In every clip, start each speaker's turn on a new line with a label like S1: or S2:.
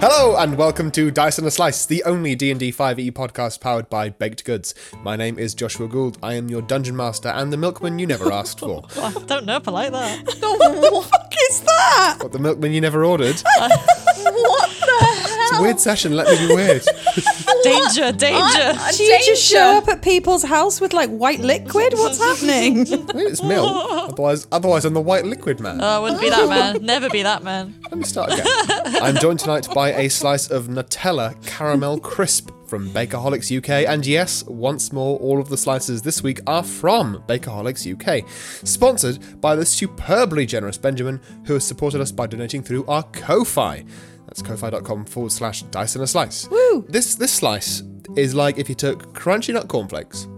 S1: Hello and welcome to Dice and a Slice, the only D&D 5e E podcast powered by Baked Goods. My name is Joshua Gould. I am your dungeon master and the milkman you never asked for.
S2: I don't know if I like that.
S3: what the fuck is that?
S1: What the milkman you never ordered?
S3: What the hell?
S1: Weird session, let me be weird.
S2: Danger, danger.
S3: Do you just show up at people's house with like white liquid? What's happening?
S1: It's milk. Otherwise, otherwise I'm the white liquid man.
S2: Oh, I wouldn't be that man. Never be that man.
S1: Let me start again. I'm joined tonight by a slice of Nutella caramel crisp from Bakerholics UK. And yes, once more, all of the slices this week are from Bakerholics UK, sponsored by the superbly generous Benjamin, who has supported us by donating through our Ko-fi. That's ko-fi.com forward slash dice and a slice. Woo! This this slice is like if you took crunchy nut cornflakes.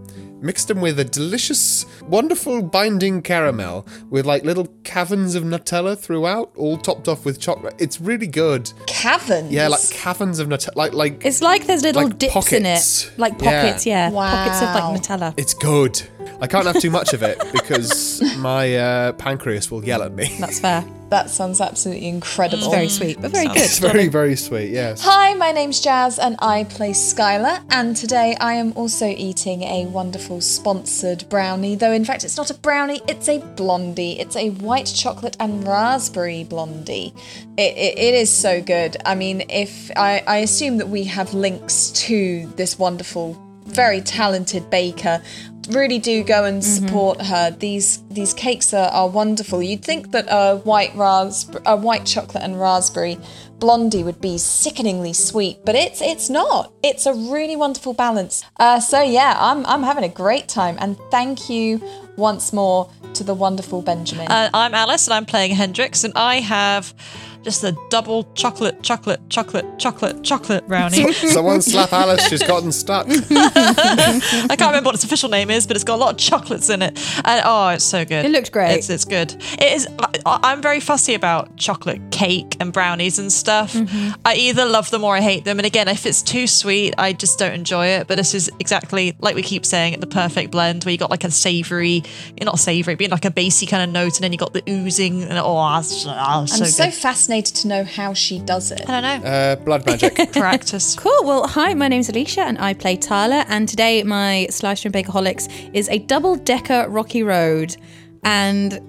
S1: Mixed them with a delicious, wonderful binding caramel with like little caverns of Nutella throughout, all topped off with chocolate. It's really good.
S4: caverns.
S1: Yeah, like caverns of Nutella. Like, like
S3: It's like there's little
S1: Like
S3: dips in
S1: pockets.
S3: it, like
S1: Yeah.
S3: pockets. Yeah,
S4: Wow.
S3: pockets of like Nutella.
S1: It's good. I can't have too much of it because my uh, pancreas will yell at me.
S3: That's fair.
S4: that sounds absolutely incredible.
S3: Very
S1: Mm.
S3: sweet, but very good.
S1: It's very, very sweet, yes.
S4: Hi, my name's Jazz and I play Skylar. And today I am also eating a wonderful sponsored brownie, though in fact it's not a brownie, it's a blondie. It's a white chocolate and raspberry blondie. It, it, it is so good. I mean, if I, I assume that we have links to this wonderful very talented baker. Really do go and support her. These these cakes are, are wonderful. You'd think that a white raspberry, a white chocolate and raspberry blondie would be sickeningly sweet, but it's it's not. It's a really wonderful balance. Uh, so yeah, I'm I'm having a great time, and thank you once more to the wonderful Benjamin.
S2: Uh, I'm Alice and I'm playing Hendrix and I have just a double chocolate, chocolate, chocolate, chocolate, chocolate brownie.
S1: Someone slap Alice, she's gotten stuck.
S2: I can't remember what its official name is, but it's got a lot of chocolates in it. And oh, it's so good.
S3: It looks great.
S2: It's, it's good. It is. I- I'm very fussy about chocolate cake and brownies and stuff.
S3: Mm-hmm.
S2: I either love them or I hate them. And again, if it's too sweet, I just don't enjoy it. But this is exactly like we keep saying the perfect blend where you got like a savory, not savory, but like a basey kind of note, and then you got the oozing. And oh, it's, oh, it's
S4: I'm
S2: so
S4: so
S2: good.
S4: fascinated to know how she does it.
S2: I don't know.
S1: Uh, blood magic.
S2: Practice.
S3: Cool. Well, hi, my name's Alicia and I play Tyler. And today, my slice from Bakerholics is a double decker rocky road. And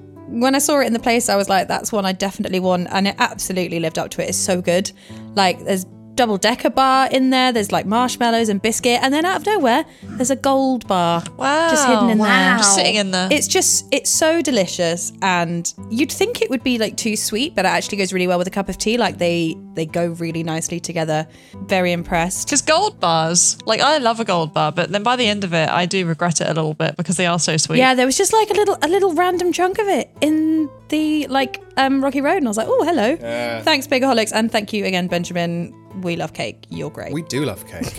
S3: when I saw it in the place, I was like, that's one I definitely want. And it absolutely lived up to it. It's so good. Like, there's double decker bar in there, there's like marshmallows and biscuit. And then out of nowhere, there's a gold bar
S2: Wow.
S3: just hidden in there.
S4: Wow.
S2: Just sitting in there.
S3: It's just it's so delicious, and you'd think it would be like too sweet, but it actually goes really well with a cup of tea. Like they they go really nicely together. Very impressed.
S2: Because gold bars, like I love a gold bar, but then by the end of it, I do regret it a little bit because they are so sweet.
S3: Yeah, there was just like a little a little random chunk of it in the like um Rocky Road, and I was like, oh hello, thanks Bigaholics, and thank you again Benjamin. We love cake. You're great.
S1: We do love cake.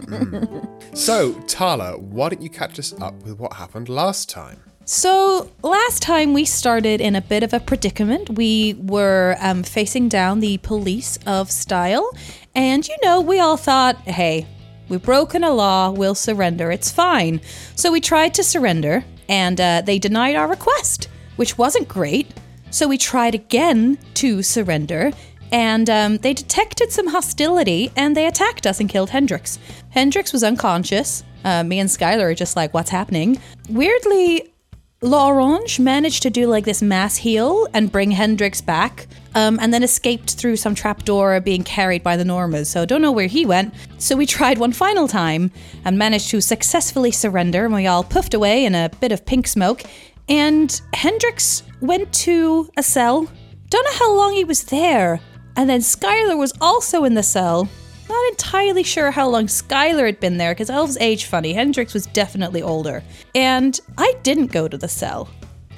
S1: Mm-mm-mm. So, Tala, why don't you catch us up with what happened last time?
S3: So last time we started in a bit of a predicament. We were um, facing down the police of style, and you know, we all thought, hey, we've broken a law, we'll surrender, it's fine. So we tried to surrender, and uh, they denied our request, which wasn't great. So we tried again to surrender, and um, they detected some hostility and they attacked us and killed Hendrix. Hendrix was unconscious. Uh, me and Skylar are just like, what's happening? Weirdly, L'Orange managed to do like this mass heal and bring Hendrix back, um, and then escaped through some trapdoor being carried by the Normas. So don't know where he went. So we tried one final time and managed to successfully surrender, and we all puffed away in a bit of pink smoke. And Hendrix went to a cell. Don't know how long he was there. And then Skylar was also in the cell. Not entirely sure how long Skylar had been there because elves age funny. Hendrix was definitely older. And I didn't go to the cell.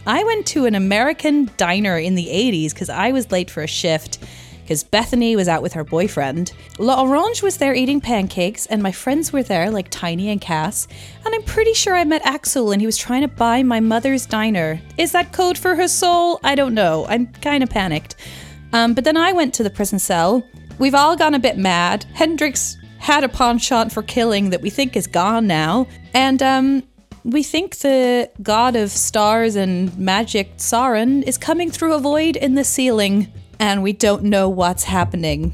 S3: I went to an American diner in the 80s because I was late for a shift because Bethany was out with her boyfriend. La Orange was there eating pancakes, and my friends were there, like Tiny and Cass. And I'm pretty sure I met Axel and he was trying to buy my mother's diner. Is that code for her soul? I don't know. I'm kind of panicked. Um, but then I went to the prison cell. We've all gone a bit mad. Hendrix had a penchant for killing that we think is gone now. And um, we think the god of stars and magic, Sauron, is coming through a void in the ceiling. And we don't know what's happening.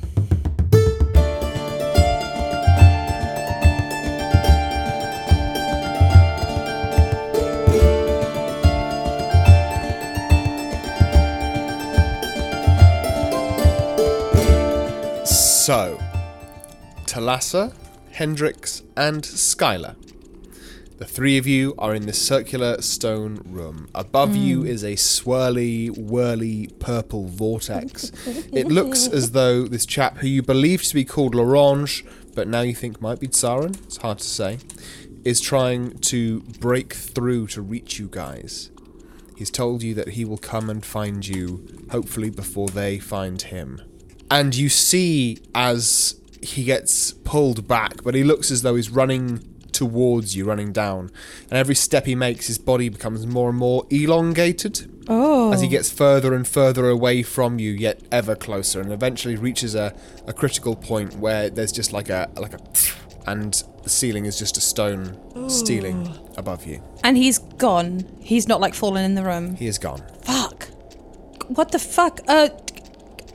S1: So, Talassa, Hendrix, and Skylar. The three of you are in this circular stone room. Above you is a swirly, whirly purple vortex. it looks as though this chap, who you believed to be called L'Orange, but now you think might be Tsarin, it's hard to say, is trying to break through to reach you guys. He's told you that he will come and find you, hopefully before they find him. And you see as he gets pulled back, but he looks as though he's running towards you, running down. And every step he makes, his body becomes more and more elongated. Oh. As he gets further and further away from you, yet ever closer, and eventually reaches a, a critical point where there's just like a like a and the ceiling is just a stone ceiling above you.
S3: And he's gone. He's not like fallen in the room.
S1: He is gone.
S3: Fuck. What the fuck? Uh, g-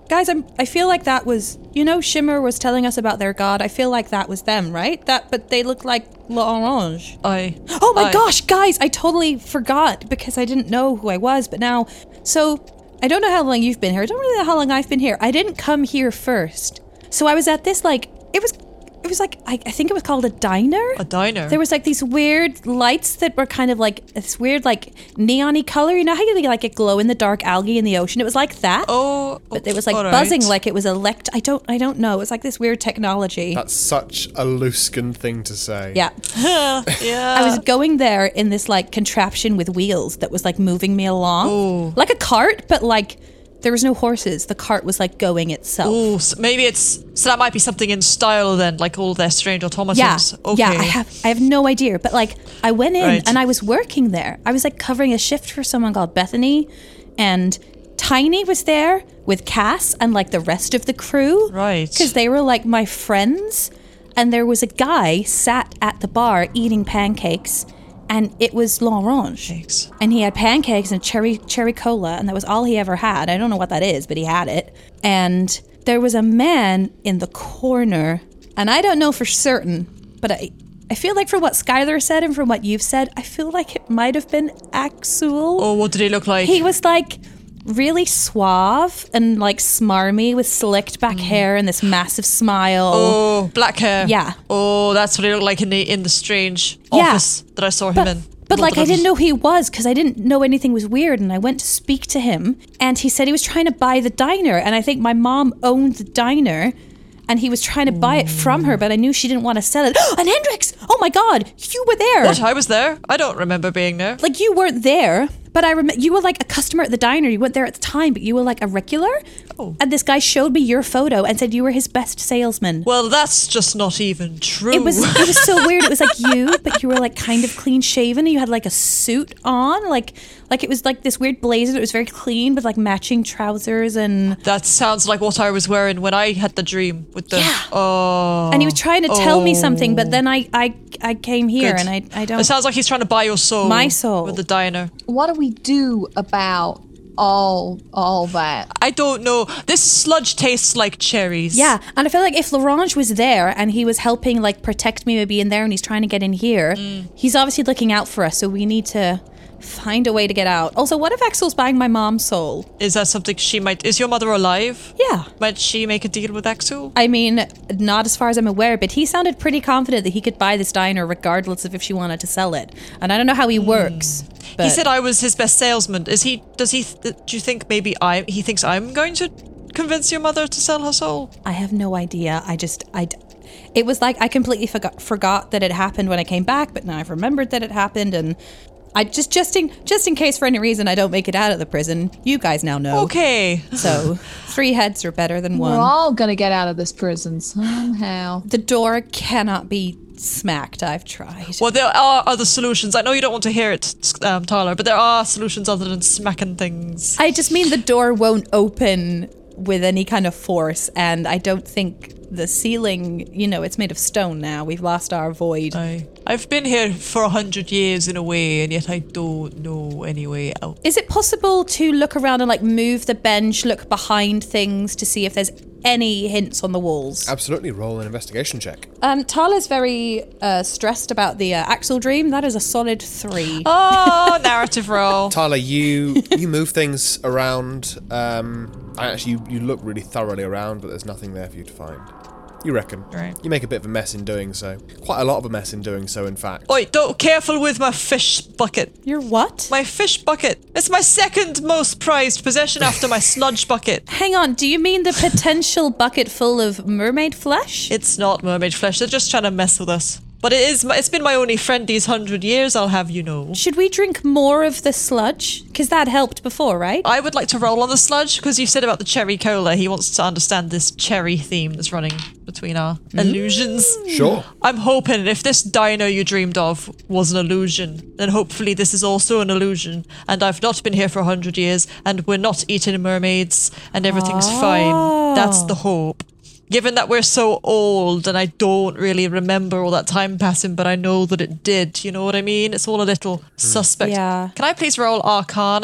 S3: guys, I'm. I feel like that was. You know, Shimmer was telling us about their god. I feel like that was them, right? That, but they look like L'Orange.
S2: I.
S3: Oh my
S2: I-
S3: gosh, guys! I totally forgot because I didn't know who I was. But now, so I don't know how long you've been here. I don't really know how long I've been here. I didn't come here first, so I was at this like it was. It was like I, I think it was called a diner.
S2: A diner.
S3: There was like these weird lights that were kind of like this weird like neony color. You know how you get like a glow in the dark algae in the ocean? It was like that.
S2: Oh,
S3: but it was like
S2: all right.
S3: buzzing like it was elect I don't I don't know. It was like this weird technology.
S1: That's such a Luskan thing to say.
S3: yeah.
S2: yeah.
S3: I was going there in this like contraption with wheels that was like moving me along. Like a cart, but like there was no horses. The cart was like going itself.
S2: Ooh, so maybe it's so that might be something in style then, like all their strange
S3: Yeah,
S2: automatons. Okay.
S3: yeah. I have, I have no idea. But like, I went in
S2: Right.
S3: and I was working there. I was like covering a shift for someone called Bethany, and Tiny was there with Cass and like the rest of the crew.
S2: Right.
S3: Because they were like my friends, and there was a guy sat at the bar eating pancakes, and it was L'Orange.
S2: Pancakes.
S3: And he had pancakes and cherry cherry cola, and that was all he ever had. I don't know what that is, but he had it. And there was a man in the corner, and I don't know for certain, but I I feel like from what Skylar said and from what you've said, I feel like it might have been Axel.
S2: Oh, what did he look like?
S3: He was like really suave and like smarmy with slicked back hair and this massive smile.
S2: Mm. oh, black hair.
S3: Yeah.
S2: Oh, that's what he looked like in the in the strange
S3: Yeah.
S2: office that I saw him
S3: But-
S2: in.
S3: But like I
S2: London.
S3: didn't know who he was because I didn't know anything was weird, and I went to speak to him, and he said he was trying to buy the diner, and I think my mom owned the diner, and he was trying to buy it from her, but I knew she didn't want to sell it. and Hendrix, oh my God, you were there!
S2: What? I was there. I don't remember being there.
S3: Like you weren't there, but I remember you were like a customer at the diner. You weren't there at the time, but you were like a regular.
S2: Oh.
S3: And this guy showed me your photo and said you were his best salesman.
S2: Well, that's just not even true.
S3: It was it was so weird. It was like you, but you were like kind of clean shaven. and You had like a suit on, like like it was like this weird blazer that was very clean with like matching trousers and
S2: that sounds like what I was wearing when I had the dream with the.
S3: Yeah.
S2: Oh.
S3: and he was trying to tell me something, but then I I, I came here
S2: good.
S3: and I I don't.
S2: It sounds like he's trying to buy your soul.
S3: My soul.
S2: With the diner.
S4: What do we do about all all that?
S2: I don't know. This sludge tastes like cherries.
S3: yeah, and I feel like if Larange was there and he was helping like protect me maybe in there and he's trying to get in here,
S2: Mm.
S3: he's obviously looking out for us. So we need to find a way to get out. Also, what if Axel's buying my mom's soul?
S2: Is that something she might. Is your mother alive?
S3: Yeah.
S2: Might she make a deal with Axel?
S3: I mean, not as far as I'm aware, but he sounded pretty confident that he could buy this diner regardless of if she wanted to sell it. And I don't know how he works. But
S2: Hmm. He said I was his best salesman. Is he? Does he? Th- do you think maybe I? He thinks I'm going to convince your mother to sell her soul.
S3: I have no idea. I just I d- it was like I completely forgot forgot that it happened when I came back, but now I've remembered that it happened and I just just in just in case for any reason I don't make it out of the prison, you guys now know.
S2: Okay.
S3: So, three heads are better than one.
S4: We're all gonna get out of this prison somehow.
S3: the door cannot be smacked. I've tried.
S2: Well, there are other solutions. I know you don't want to hear it, um, Tyler, but there are solutions other than smacking things.
S3: I just mean the door won't open with any kind of force, and I don't think the ceiling, you know, it's made of stone now. We've lost our void.
S2: I, I've been here for a hundred years in a way, and yet I don't know any way out.
S3: Is it possible to look around and like move the bench, look behind things to see if there's any hints on the walls?
S1: Absolutely roll an investigation check.
S3: Um, Tala's very uh, stressed about the uh, Axel dream. That is a solid three.
S2: Oh, narrative role.
S1: Tyler, you you move things around. Um, and actually, you, you look really thoroughly around, but there's nothing there for you to find. You reckon?
S2: Right.
S1: You make a bit of a mess in doing so. Quite a lot of a mess in doing so, in fact.
S2: Oi, don't careful with my fish bucket.
S3: You're what?
S2: My fish bucket. It's my second most prized possession after my sludge bucket.
S3: Hang on, do you mean the potential bucket full of mermaid flesh?
S2: It's not mermaid flesh. They're just trying to mess with us. But it is. My, it's been my only friend these hundred years. I'll have you know.
S3: Should we drink more of the sludge? Because that helped before, right?
S2: I would like to roll on the sludge because you said about the cherry cola. He wants to understand this cherry theme that's running between our illusions.
S1: Sure.
S2: I'm hoping if this dino you dreamed of was an illusion, then hopefully this is also an illusion. And I've not been here for a hundred years, and we're not eating mermaids, and everything's fine. That's the hope. Given that we're so old and I don't really remember all that time passing, but I know that it did. You know what I mean? It's all a little
S1: Hmm.
S2: suspect.
S3: Yeah.
S2: Can I please roll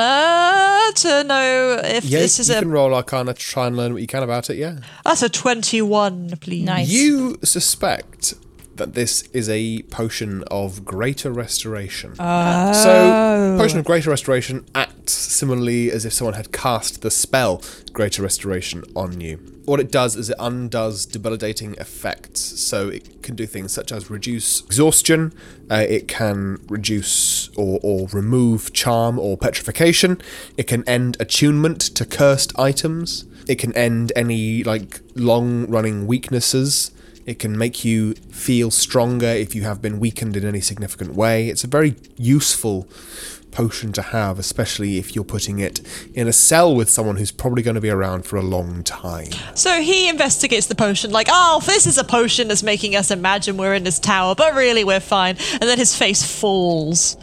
S2: Arcana to know if
S1: Yeah,
S2: this is
S1: you
S2: a.
S1: can roll Arcana to try and learn what you can about it, yeah.
S2: That's a 21, please.
S3: Nice.
S1: You suspect that this is a potion of greater restoration.
S2: Oh.
S1: So, potion of greater restoration acts similarly as if someone had cast the spell greater restoration on you. What it does is it undoes debilitating effects. So it can do things such as reduce exhaustion. Uh, it can reduce or, or remove charm or petrification. It can end attunement to cursed items. It can end any like long-running weaknesses. It can make you feel stronger if you have been weakened in any significant way. It's a very useful potion to have, especially if you're putting it in a cell with someone who's probably going to be around for a long time.
S2: So he investigates the potion, like, oh, this is a potion that's making us imagine we're in this tower, but really we're fine. And then his face falls.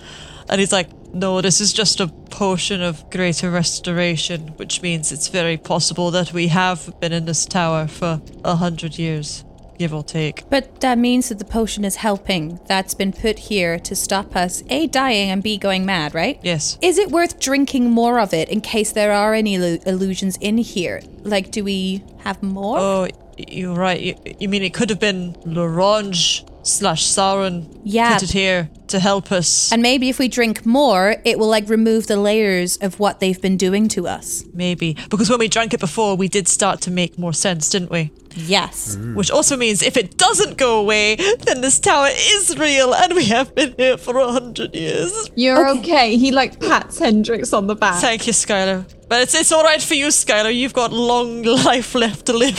S2: And he's like, no, this is just a potion of greater restoration, which means it's very possible that we have been in this tower for a hundred years, give or take.
S3: But that means that the potion is helping. That's been put here to stop us A, dying and B, going mad, right?
S2: Yes.
S3: Is it worth drinking more of it in case there are any illu- illusions in here? Like, do we have more?
S2: Oh, y- you're right. You, you mean it could have been Larange slash Sauron
S3: Yeah.
S2: put it here to help us.
S3: and maybe if we drink more, it will like remove the layers of what they've been doing to us.
S2: Maybe. Because when we drank it before, we did start to make more sense, didn't we?
S3: Yes.
S2: Which also means if it doesn't go away, then this tower is real and we have been here for a hundred years.
S5: You're okay. He like pats Hendrix on the back.
S2: Thank you, Skylar. But it's, it's all right for you, Skylar. You've got long life left to live.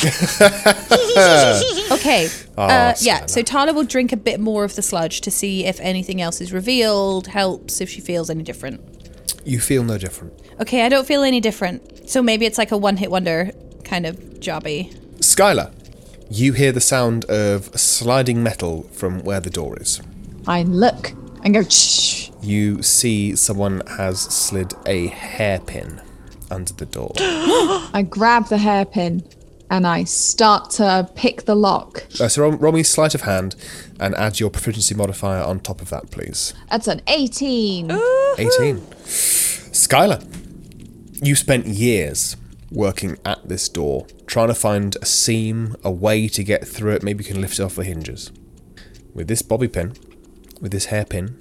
S3: Okay. uh, yeah.
S1: Skylar.
S3: So Tala will drink a bit more of the sludge to see if anything else is revealed, helps if she feels any different.
S1: You feel no different.
S3: Okay, I don't feel any different. So maybe it's like a one hit wonder kind of jobby.
S1: Skylar, you hear the sound of sliding metal from where the door is.
S5: I look and go. Shh.
S1: You see someone has slid a hairpin under the door.
S5: I grab the hairpin and I start to pick the lock.
S1: Uh, so roll, roll me sleight of hand and add your proficiency modifier on top of that, please.
S5: That's an 18.
S1: 18. Skylar, you spent years working at this door, trying to find a seam, a way to get through it. Maybe you can lift it off the hinges. With this bobby pin, with this hairpin,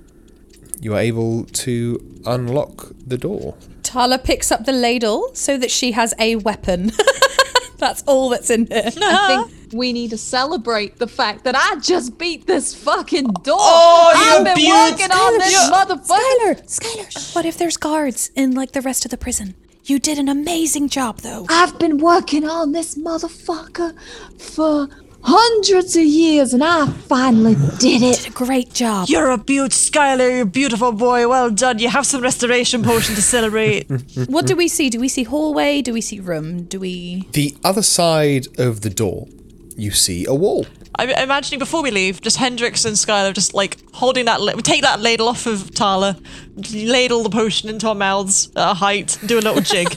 S1: you are able to unlock the door.
S3: Tala picks up the ladle so that she has a weapon. That's all that's in there.
S5: I think we need to celebrate the fact that I just beat this fucking door.
S2: Oh, you
S5: I've been
S2: beaut-
S5: working on this
S2: Skylar,
S5: motherfucker.
S3: Skylar, what if there's guards in like the rest of the prison? You did an amazing job though.
S5: I've been working on this motherfucker for hundreds of years and I finally did it.
S3: A great job.
S2: You're a beaut, Skylar. You're a beautiful boy. Well done. You have some restoration potion to celebrate.
S3: What do we see? Do we see hallway? Do we see room? Do we
S1: The other side of the door, you see a wall.
S2: I'm imagining before we leave, just Hendrix and Skylar just like holding that. La- we take that ladle off of Tala, ladle the potion into our mouths at a height, do a little jig,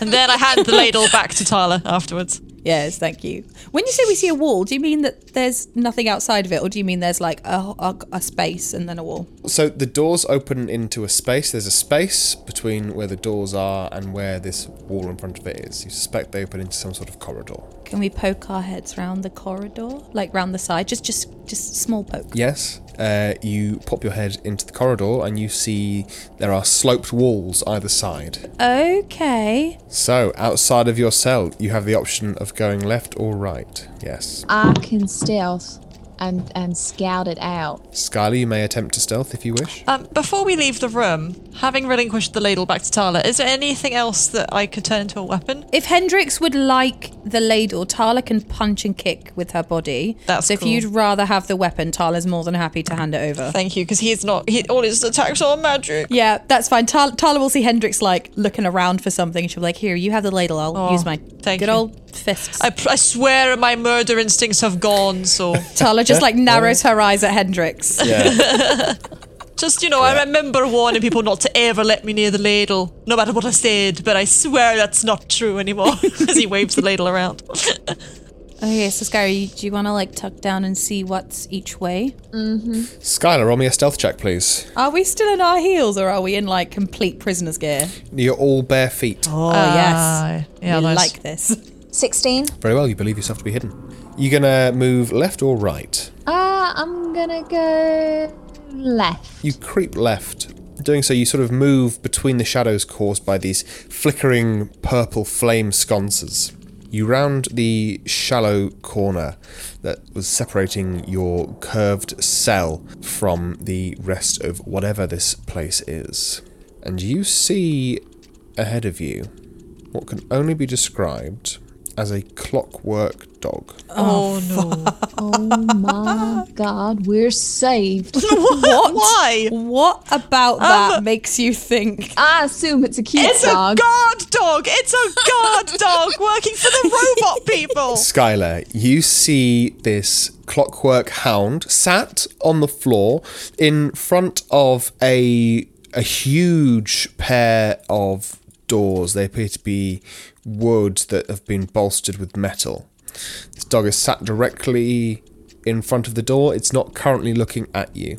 S2: and then I hand the ladle back to Tala afterwards.
S3: Yes, thank you. When you say we see a wall, do you mean that there's nothing outside of it or do you mean there's like a, a, a space and then a wall?
S1: So the doors open into a space. There's a space between where the doors are and where this wall in front of it is. You suspect they open into some sort of corridor.
S3: Can we poke our heads round the corridor? Like round the side? Just just just small poke.
S1: Yes, uh, you pop your head into the corridor and you see there are sloped walls either side.
S3: Okay.
S1: So, outside of your cell, you have the option of going left or right. Yes.
S5: I can stealth and and scout it out.
S1: Skylar, you may attempt to stealth if you wish.
S2: Um, before we leave the room, having relinquished the ladle back to Tala, is there anything else that I could turn into a weapon?
S3: If Hendrix would like the ladle, Tala can punch and kick with her body.
S2: That's
S3: so.
S2: cool.
S3: If you'd rather have the weapon, Tala's more than happy to hand it over.
S2: Thank you, because he's not. He, all his attacks are magic.
S3: yeah, that's fine. Tala, Tala will see Hendrix like looking around for something. and She'll be like, "Here, you have the ladle. I'll use my
S2: Oh, thank
S3: good
S2: you.
S3: old fists."
S2: I, pr- I swear my murder instincts have gone, so.
S3: Tala just like narrows her eyes at Hendrix.
S1: Yeah.
S2: Just, you know, I remember warning people not to ever let me near the ladle, no matter what I said, but I swear that's not true anymore as he waves the ladle around.
S3: Okay, so Scary, do you want to like tuck down and see what's each way?
S1: Skylar, roll me a stealth check, please.
S3: Are we still in our heels or are we in like complete prisoner's gear?
S1: You're all bare feet.
S3: Oh,
S2: Ah,
S3: yes.
S2: yeah,
S3: we
S2: nice.
S3: like this.
S4: 16.
S1: Very well, you believe yourself to be hidden. You gonna move left or right?
S5: Uh, I'm gonna go left.
S1: You creep left. Doing so, you sort of move between the shadows caused by these flickering purple flame sconces. You round the shallow corner that was separating your curved cell from the rest of whatever this place is. And you see ahead of you what can only be described as a clockwork dog.
S2: Oh, no.
S5: Oh my god, we're saved.
S2: What? Why?
S3: What
S2: Um,
S3: about that makes you think?
S5: I assume it's a cute
S2: It's
S5: dog.
S2: a guard dog. It's a guard dog working for the robot people.
S1: Skylar, you see this clockwork hound sat on the floor in front of a a huge pair of doors. They appear to be wood that have been bolstered with metal. This dog is sat directly in front of the door. It's not currently looking at you.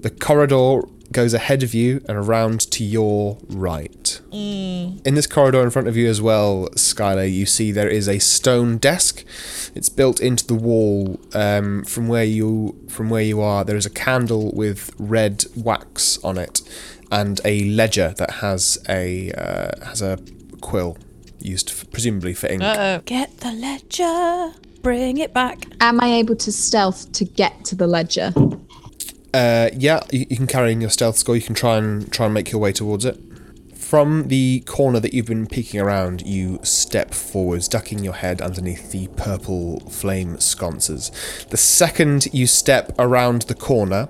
S1: The corridor goes ahead of you and around to your right. In this corridor in front of you as well, Skylar, you see there is a stone desk. It's built into the wall um, from where you from where you are. There is a candle with red wax on it, and a ledger that has a uh, has a quill used f presumably for ink.
S3: Get the ledger, bring it back.
S5: Am I able to stealth to get to the ledger?
S1: Uh, yeah, you, you can carry in your stealth score. You can try and try and make your way towards it. From the corner that you've been peeking around, you step forwards, ducking your head underneath the purple flame sconces. The second you step around the corner,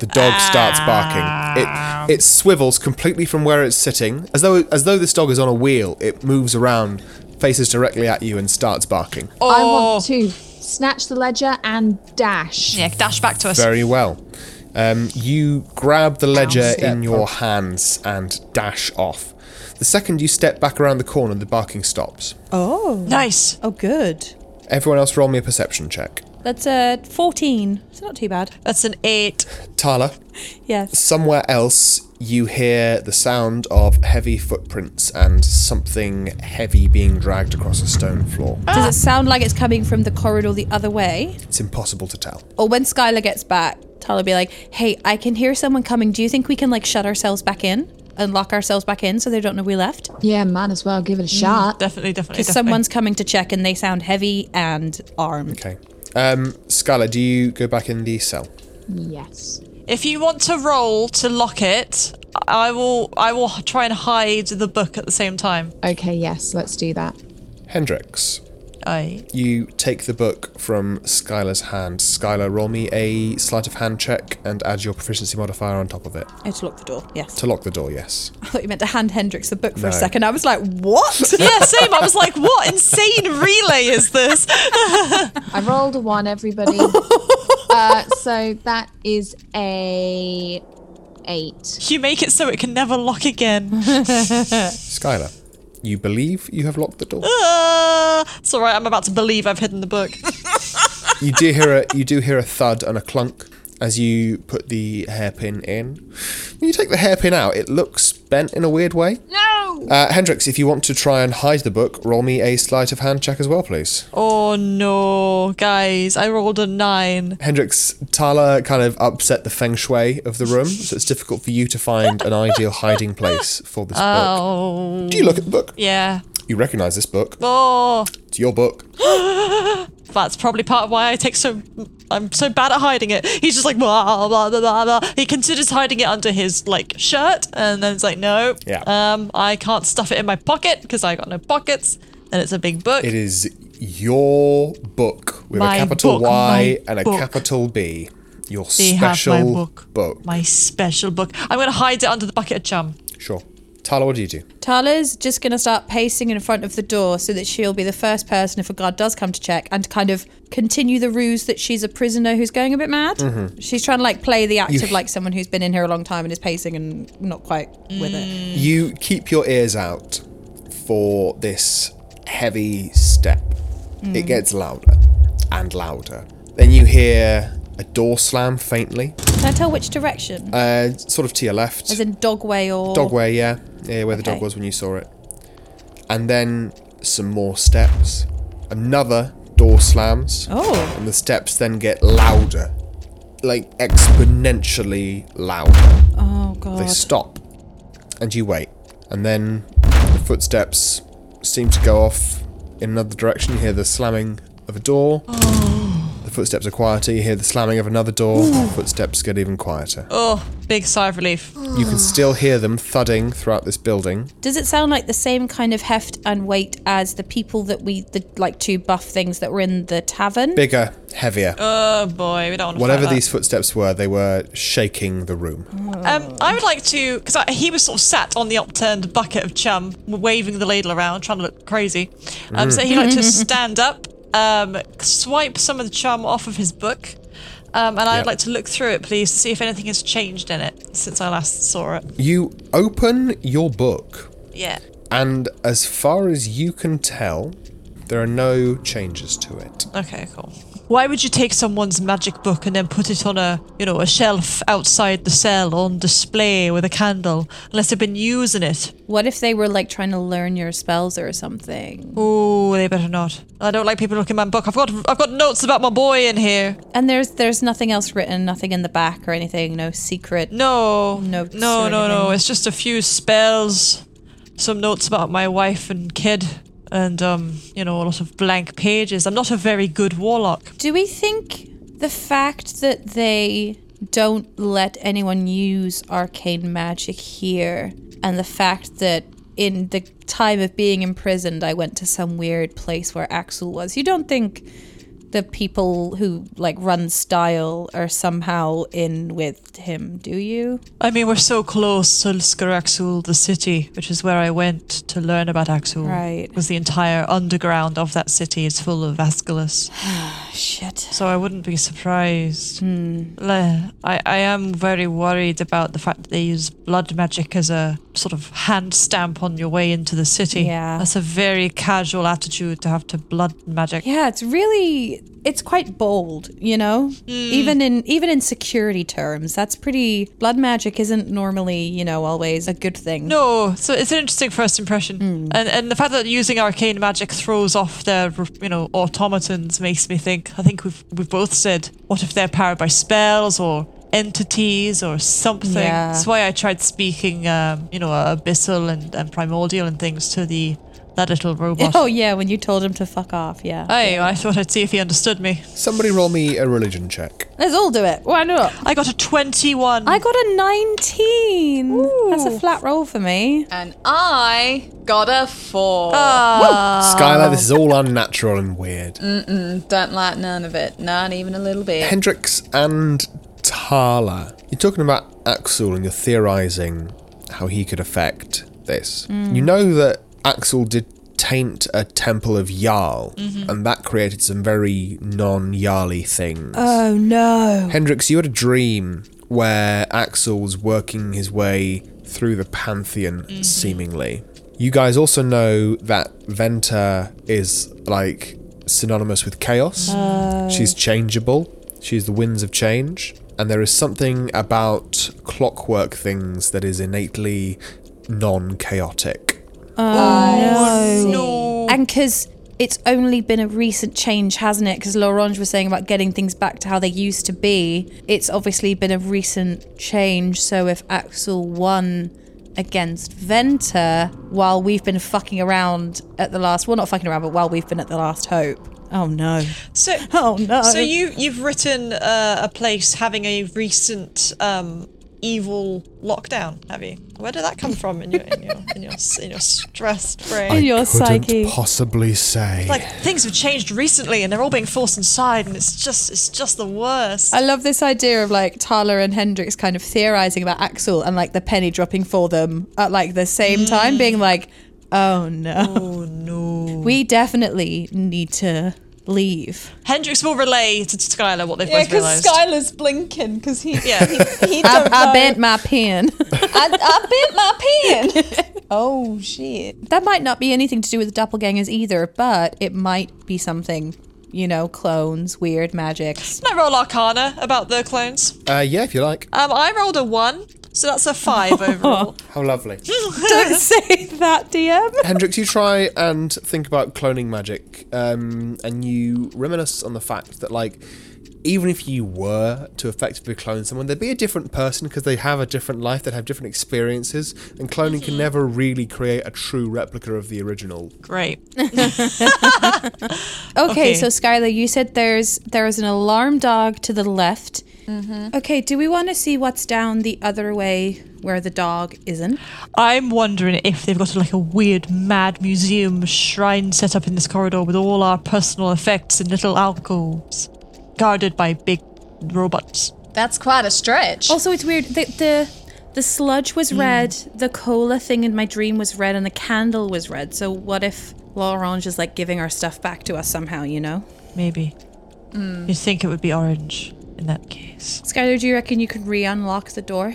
S1: the dog starts barking. It it swivels completely from where it's sitting, as though as though this dog is on a wheel. It moves around, faces directly at you, and starts barking.
S5: I want to snatch the ledger and dash.
S2: Yeah, dash back to us.
S1: Very well. Um, you grab the ledger
S5: Ow.
S1: in your hands and dash off. The second you step back around the corner, the barking stops.
S3: Oh.
S2: nice.
S3: Oh, good.
S1: Everyone else, roll me a perception check.
S3: That's a 14. It's not too bad.
S2: That's an eight.
S1: Tala,
S3: Yes.
S1: somewhere else, you hear the sound of heavy footprints and something heavy being dragged across a stone floor.
S3: Does it sound like it's coming from the corridor the other way?
S1: It's impossible to tell.
S3: Or when Skylar gets back, Tala will be like, hey, I can hear someone coming. Do you think we can like shut ourselves back in and lock ourselves back in so they don't know we left?
S5: Yeah, might as well give it a shot.
S2: Definitely, definitely.
S3: Because
S2: definitely.
S3: someone's coming to check and they sound heavy and armed.
S1: Okay. Um, Skylar, do you go back in the cell?
S5: Yes.
S2: If you want to roll to lock it, I will. I will try and hide the book at the same time.
S5: Okay, yes, let's do that.
S1: Hendrix,
S2: I.
S1: You take the book from Skylar's hand. Skylar, roll me a sleight of hand check and add your proficiency modifier on top of it.
S3: Oh, to lock the door. Yes.
S1: To lock the door, yes.
S3: I thought you meant to hand Hendrix the book for
S1: No.
S3: a second. I was like, what?
S2: Yeah, same. I was like, what insane relay is this?
S5: I rolled a one, everybody. uh, so that is a eight.
S2: You make it so it can never lock again.
S1: Skylar, you believe you have locked the door.
S2: Uh, it's all right. I'm about to believe I've hidden the book.
S1: you do hear a you do hear a thud and a clunk as you put the hairpin in. When you take the hairpin out, it looks bent in a weird way.
S5: No.
S1: Uh, Hendrix, if you want to try and hide the book, roll me a sleight of hand check as well, please.
S2: Oh no, guys, I rolled a nine.
S1: Hendrix, Tala kind of upset the feng shui of the room, so it's difficult for you to find an ideal hiding place for this
S2: Oh.
S1: book. Do you look at the book?
S2: Yeah.
S1: You recognize this book.
S2: Oh,
S1: It's your book.
S2: that's probably part of why I take so. I'm so bad at hiding it. He's just like blah blah blah blah. blah. He considers hiding it under his like shirt, and then it's like, no,
S1: Yeah.
S2: um, I can't stuff it in my pocket because I got no pockets, and it's a big book.
S1: It is your book with
S2: My
S1: a capital
S2: book,
S1: Y
S2: my
S1: and a
S2: book.
S1: capital B. Your
S2: They have
S1: special
S2: my book.
S1: book.
S2: My special book. I'm gonna hide it under the bucket of chum.
S1: Sure. Tala, what do you do?
S3: Tala's just going to start pacing in front of the door so that she'll be the first person if a guard does come to check and kind of continue the ruse that she's a prisoner who's going a bit mad. She's trying to like play the act
S1: You-
S3: of like someone who's been in here a long time and is pacing and not quite with it.
S1: You keep your ears out for this heavy step. It
S3: Mm.
S1: gets louder and louder. Then you hear a door slam faintly,
S3: Can I tell which direction?
S1: uh, sort of to your left.
S3: As in dogway or
S1: Dogway, yeah. Yeah, where the dog
S3: Okay.
S1: was when you saw it. And then some more steps. Another door slams.
S3: Oh.
S1: And the steps then get louder. Like exponentially louder.
S3: Oh god.
S1: They stop. And you wait. And then the footsteps seem to go off in another direction. You hear the slamming of a door. The footsteps are quieter. You hear the slamming of another door. The footsteps get even quieter.
S2: Oh, big sigh of relief.
S1: You can still hear them thudding throughout this building.
S3: Does it sound like the same kind of heft and weight as the people that we the like two buff things that were in the tavern?
S1: bigger, heavier.
S2: Oh boy, we don't want to.
S1: Whatever these footsteps were, they were shaking the room.
S2: Um, I would like to, because he was sort of sat on the upturned bucket of chum, waving the ladle around, trying to look crazy. Um, So he'd like to stand up, um, swipe some of the chum off of his book, um, and
S1: Yep.
S2: I'd like to look through it, please, to see if anything has changed in it since I last saw it.
S1: You open your book,
S2: Yeah.
S1: and as far as you can tell, there are no changes to it.
S2: Okay, cool. Why would you take someone's magic book and then put it on a, you know, a shelf outside the cell on display with a candle unless they've been using it?
S3: What if they were like trying to learn your spells or something?
S2: Ooh, they better not. I don't like people looking at my book. I've got I've got notes about my boy in here.
S3: And there's there's nothing else written, nothing in the back or anything, no secret.
S2: No.
S3: Notes
S2: No,
S3: or
S2: no, no.
S3: anything.
S2: It's just a few spells, some notes about my wife and kid, and um, you know, a lot of blank pages. I'm not a very good warlock.
S3: Do we think the fact that they don't let anyone use arcane magic here and the fact that in the time of being imprisoned I went to some weird place where Axel was. You don't think the people who like run style are somehow in with him, do you?
S2: I memean, we're so close to Skaraxul, the city, which is where I went to learn about Axul.
S3: Right.
S2: Because the entire underground of that city is full of Asculus.
S3: Shit.
S2: So I wouldn't be surprised.
S3: Hmm.
S2: Le- I, I am very worried about the fact that they use blood magic as a sort of hand stamp on your way into the city.
S3: Yeah.
S2: That's a very casual attitude to have to blood magic.
S3: Yeah, it's really it's quite bold, you know? Even in even in security terms, that's pretty blood magic isn't normally, you know, always a good thing.
S2: No, so it's an interesting first impression,
S3: Hmm.
S2: and and the fact that using arcane magic throws off their you know automatons makes me think. I think we've we've both said, what if they're powered by spells or entities or something?
S3: Yeah.
S2: That's why I tried speaking, um, you know, abyssal and, and primordial and things to the that little robot.
S3: Oh yeah, when you told him to fuck off, yeah.
S2: Hey, I thought I'd see if he understood me.
S1: Somebody roll me a religion check.
S3: Let's all do it. Why not?
S2: I got a twenty-one.
S3: I got a 19. That's a flat roll for me.
S4: And I got a four.
S5: Ah.
S1: Skylar, this is all unnatural and weird.
S4: Don't like none of it. Not even a little bit.
S1: Hendrix and Tala. You're talking about Axel and you're theorizing how he could affect this. You know that Axel did taint a temple of Jarl, and that created some very non Jarly things.
S3: Oh no.
S1: Hendrix, you had a dream where Axel was working his way through the Pantheon,
S3: Mm-hmm.
S1: seemingly. You guys also know that Venta is like synonymous with chaos.
S3: Uh.
S1: She's changeable, she's the winds of change. And there is something about clockwork things that is innately non chaotic.
S4: I see.
S3: And because it's only been a recent change, hasn't it? Because Laurent was saying about getting things back to how they used to be. It's obviously been a recent change. So if Axel won against Venter while we've been fucking around at the last, well, not fucking around, but while we've been at the last hope. Oh no.
S2: So,
S3: Oh, no.
S2: So you you've written uh, a place having a recent um, evil lockdown, have you? Where did that come from in your in your in your, s- in your stressed brain?
S3: your
S1: couldn't
S3: psyche.
S1: possibly say.
S2: Like things have changed recently, and they're all being forced inside, and it's just it's just the worst.
S3: I love this idea of like Tyler and Hendrix kind of theorizing about Axel and like the penny dropping for them at like the same time,
S4: Mm.
S3: being like, oh no.
S2: oh no!
S3: We definitely need to leave.
S2: Hendrix will relay to Skylar what they've
S4: Yeah,
S2: both realised.
S4: because Skylar's blinking because he,
S2: Yeah.
S4: he, he
S3: I,
S4: don't know.
S3: I bent my pen.
S4: I, I bent my pen. oh shit!
S3: that might not be anything to do with doppelgangers either, but it might be something, you know, clones, weird magics.
S2: Can I roll Arcana about the clones?
S1: Uh, yeah, if you like.
S2: Um, I rolled a one, so that's a five overall.
S1: How lovely.
S3: Don't say that, DM.
S1: Hendrix, you try and think about cloning magic, um, and you reminisce on the fact that, like, even if you were to effectively clone someone, they'd be a different person because they have a different life, they'd have different experiences, and cloning can never really create a true replica of the original.
S2: Great.
S3: Okay,
S2: Okay.
S3: so Skylar, you said there's there is an alarm dog to the left. Okay, do we want to see what's down the other way where the dog isn't?
S2: I'm wondering if they've got like a weird, mad museum shrine set up in this corridor with all our personal effects in little alcoves, guarded by big robots.
S4: That's quite a stretch.
S5: Oh.
S3: Also, it's weird. The the, the sludge was red. The cola thing in my dream was red, and the candle was red. So what if L'Orange is like giving our stuff back to us somehow? You know,
S2: Maybe. You'd think it would be orange in that case.
S3: Skylar, do you reckon you could re-unlock the door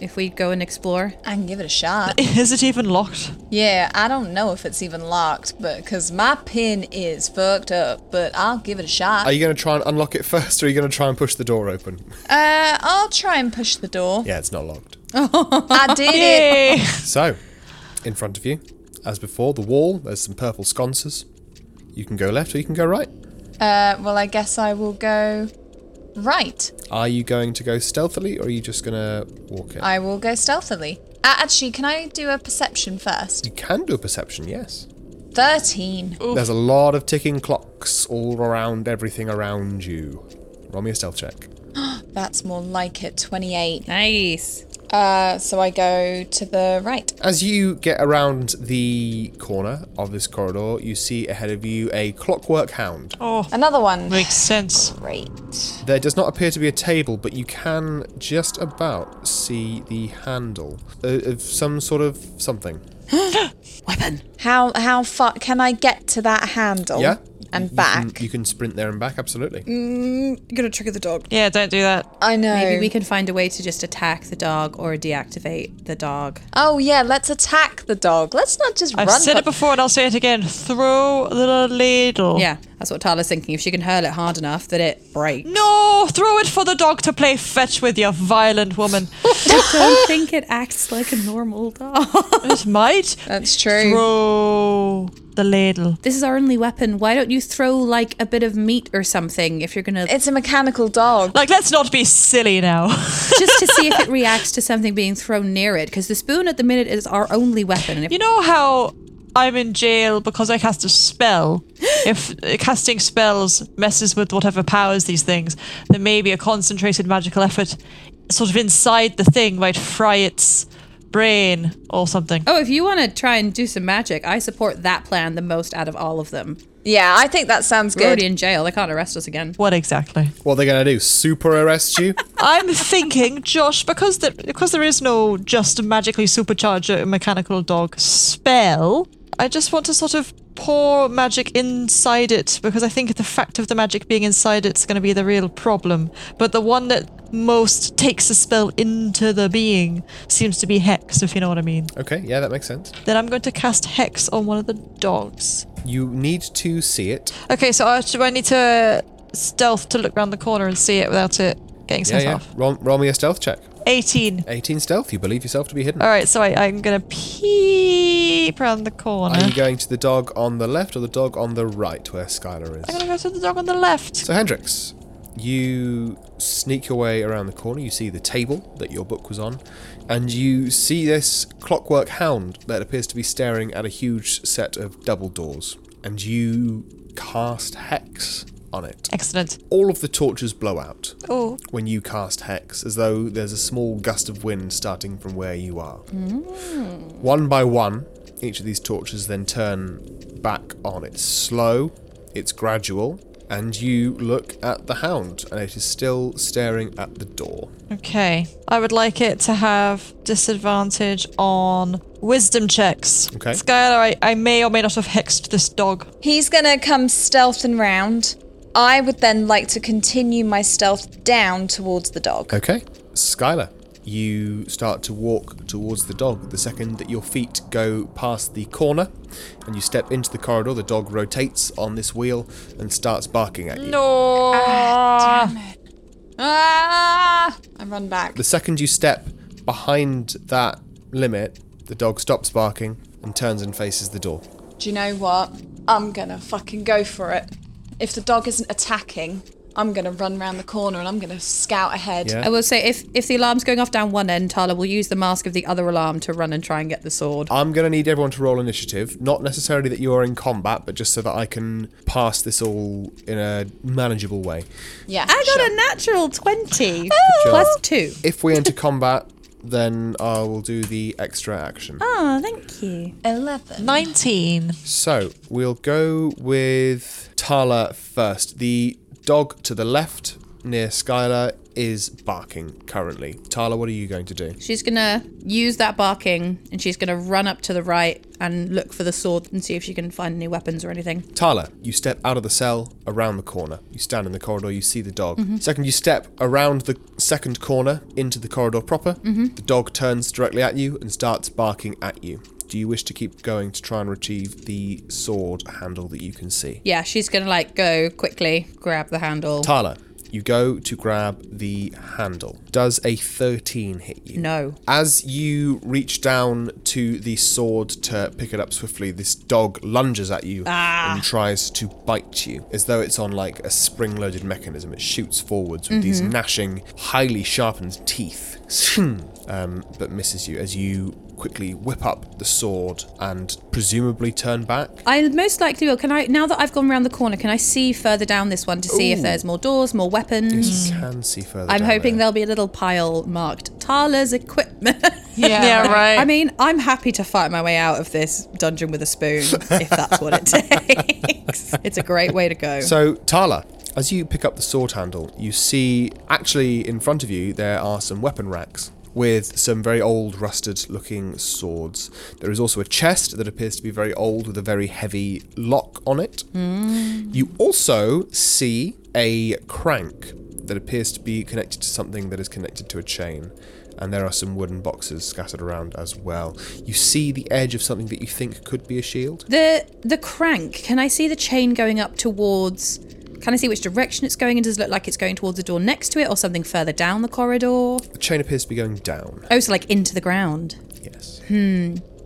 S3: if we go and explore?
S4: I can give it a shot.
S2: Is it even locked?
S4: Yeah, I don't know if it's even locked, but because my pin is fucked up, but I'll give it a shot.
S1: Are you going to try and unlock it first, or are you going to try and push the door open?
S4: uh, I'll try and push the door.
S1: yeah, it's not locked.
S4: I did it.
S2: Yay!
S1: So, in front of you, as before, the wall, there's some purple sconces. You can go left or you can go right.
S4: Uh, well, I guess I will go right.
S1: Are you going to go stealthily, or are you just going to walk in?
S4: I will go stealthily. Uh, actually, can I do a perception first?
S1: You can do a perception, yes.
S4: 13.
S1: There's a lot of ticking clocks all around everything around you. Roll me a stealth check.
S4: That's more like it, 28.
S3: Nice.
S4: Uh, so I go to the right.
S1: As you get around the corner of this corridor, you see ahead of you a clockwork hound.
S2: Oh.
S4: Another one.
S2: Makes sense.
S4: Great.
S1: There does not appear to be a table, but you can just about see the handle uh, of some sort of something.
S3: Weapon.
S4: How how far can I get to that handle?
S1: Yeah? Mm-hmm.
S4: And
S1: You can-
S4: back.
S1: Mm, you can sprint there and back, absolutely.
S2: Mm.
S3: You're gonna trigger the dog.
S2: Yeah, don't do that.
S4: I know.
S3: Maybe we can find a way to just attack the dog or deactivate the dog.
S4: Oh yeah, let's attack the dog. Let's not just
S2: I've
S4: run.
S2: said
S4: for-
S2: it before and I'll say it again. Throw the ladle.
S3: Yeah, that's what Tyler's thinking. If she can hurl it hard enough that it breaks.
S2: No, throw it for the dog to play fetch with, you violent woman.
S3: I don't think it acts like a normal dog.
S2: it might.
S4: That's true.
S2: Throw the ladle.
S3: This is our only weapon. Why don't you throw like a bit of meat or something if you're gonna
S4: It's a mechanical dog.
S2: Like, let's not be silly now.
S3: just to see if it reacts to something being thrown near it? Because the spoon at the minute is our only weapon. And if
S2: You know how I'm in jail because I cast a spell? if uh, casting spells messes with whatever powers these things, then maybe a concentrated magical effort sort of inside the thing might fry its brain or something.
S3: oh, if you want to try and do some magic, I support that plan the most out of all of them.
S4: Yeah, I think that sounds
S3: We're
S4: good.
S3: already in jail. They can't arrest us again.
S2: What exactly?
S1: What are they going to do? Super arrest you?
S2: I'm thinking, Josh, because there, because there is no just magically supercharge a mechanical dog spell, I just want to sort of pour magic inside it because I think the fact of the magic being inside it's going to be the real problem. But the one that most takes the spell into the being seems to be Hex, if you know what I mean.
S1: okay, yeah, that makes sense.
S2: Then I'm going to cast Hex on one of the dogs. uh,
S1: You need to see it.
S2: Okay, so I, do I need to stealth to look round the corner and see it without it getting
S1: Yeah,
S2: set
S1: yeah.
S2: off.
S1: Roll, roll me a stealth check.
S2: 18.
S1: 18 stealth. You believe yourself to be hidden.
S2: All right, so I, I'm going to peep around the corner.
S1: Are you going to the dog on the left or the dog on the right where Skylar
S2: I'm
S1: is?
S2: going to go to the dog on the left.
S1: So, Hendrix, you sneak your way around the corner. You see the table that your book was on, and you see this clockwork hound that appears to be staring at a huge set of double doors. And you cast Hex on it.
S2: Excellent.
S1: All of the torches blow out
S2: Oh,
S1: when you cast Hex, as though there's a small gust of wind starting from where you are. One by one, each of these torches then turn back on. It's slow, it's gradual, and you look at the hound, and it is still staring at the door.
S2: okay. I would like it to have disadvantage on wisdom checks.
S1: Okay.
S2: Skylar, I, I may or may not have hexed this dog.
S4: He's gonna come stealthing round. I would then like to continue my stealth down towards the dog.
S1: Okay. Skylar, you start to walk towards the dog. The second that your feet go past the corner and you step into the corridor, the dog rotates on this wheel and starts barking at you.
S2: No.
S4: Ah! I run back.
S1: The second you step behind that limit, the dog stops barking and turns and faces the door.
S4: Do you know what? I'm gonna fucking go for it. If the dog isn't attacking, I'm gonna run round the corner and I'm gonna scout ahead.
S1: Yeah.
S3: I will say if if the alarm's going off down one end, Tala will use the mask of the other alarm to run and try and get the sword.
S1: I'm going to need everyone to roll initiative. Not necessarily that you are in combat, but just so that I can pass this all in a manageable way.
S4: Yeah,
S3: I got
S4: sure.
S3: a natural twenty
S1: job.
S3: Oh, plus two.
S1: If we enter combat, then I will do the extra action.
S3: Oh, thank you.
S4: 11.
S2: 19.
S1: So we'll go with Tala first. The dog to the left near Skylar is barking currently. Tala, what are you going to do?
S3: She's gonna use that barking and she's gonna run up to the right and look for the sword and see if she can find any weapons or anything.
S1: Tala, you step out of the cell around the corner. You stand in the corridor, you see the dog. Second, you step around the second corner into the corridor proper. The dog turns directly at you and starts barking at you. Do you wish to keep going to try and retrieve the sword handle that you can see?
S3: Yeah, she's gonna like go quickly, grab the handle.
S1: Tala, you go to grab the handle. Does a 13 hit you?
S3: No.
S1: As you reach down to the sword to pick it up swiftly, this dog lunges at you
S3: Ah.
S1: and tries to bite you, as though it's on like a spring loaded mechanism. It shoots forwards with
S3: Mm-hmm.
S1: these gnashing, highly sharpened teeth, um, but misses you as you quickly whip up the sword and presumably turn back.
S3: I most likely will. Can I now that I've gone round the corner, can I see further down this one to see if there's more doors, more weapons?
S1: You can see further.
S3: Um, I'm
S1: down
S3: hoping
S1: there.
S3: there'll be a little pile marked Tala's equipment.
S2: Yeah, right.
S3: I mean, I'm happy to fight my way out of this dungeon with a spoon if that's what it takes. It's a great way to go.
S1: So, Tala, as you pick up the sword handle, you see actually in front of you there are some weapon racks with some very old, rusted looking swords. There is also a chest that appears to be very old with a very heavy lock on it. You also see a crank that appears to be connected to something that is connected to a chain. And there are some wooden boxes scattered around as well. You see the edge of something that you think could be a shield.
S3: the the crank. Can I see the chain going up towards? Can I see which direction it's going? And does it look like it's going towards the door next to it, or something further down the corridor? Oh,
S1: The chain appears to be going down.
S3: so like into the ground.
S1: Yes.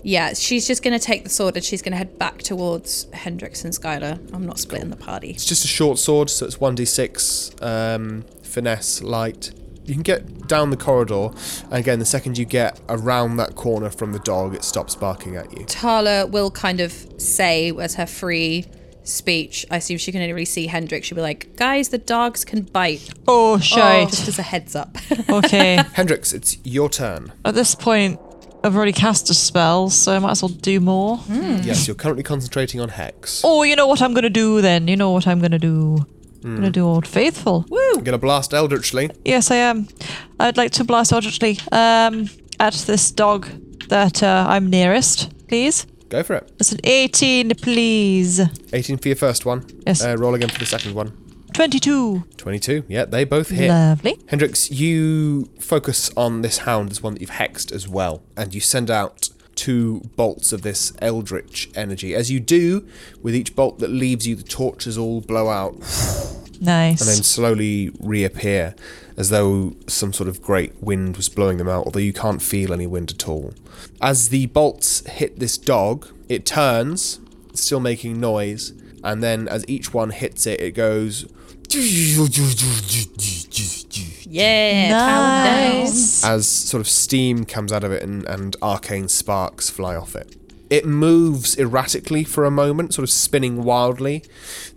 S3: Yeah, she's just going to take the sword and she's going to head back towards Hendrix and Skylar. I'm not splitting the party.
S1: It's just a short sword, so it's 1d6 um, finesse light. You can get down the corridor, and again, the second you get around that corner from the dog, it stops barking at you.
S3: Tala will kind of say as her free speech. I assume she can only really see Hendrix. She'll be like, "Guys, the dogs can bite."
S2: oh, shite.
S3: Just as a heads up.
S2: Okay.
S1: Hendrix, it's your turn.
S2: At this point, I've already cast a spell, so I might as well do more.
S1: Yes, you're currently concentrating on Hex.
S2: Oh, you know what I'm gonna do then? You know what I'm gonna do?
S1: Hmm.
S2: I'm gonna do Old Faithful.
S1: I'm gonna blast Eldritchly.
S2: Yes, I am. I'd like to blast Audrey um, at this dog that uh, I'm nearest, please.
S1: Go for it.
S2: That's an 18, please.
S1: 18 for your first one.
S2: Yes.
S1: Uh, roll again for the second one.
S2: 22.
S1: 22. Yeah, they both hit.
S2: Lovely.
S1: Hendrix, you focus on this hound as one that you've hexed as well, and you send out two bolts of this eldritch energy. As you do, with each bolt that leaves you, the torches all blow out and
S2: Nice.
S1: then slowly reappear. as though some sort of great wind was blowing them out, although you can't feel any wind at all. As the bolts hit this dog, it turns, still making noise, and then as each one hits it, it goes.
S3: Yeah,
S2: Nice.
S1: as sort of steam comes out of it and, and arcane sparks fly off it. It moves erratically for a moment, sort of spinning wildly,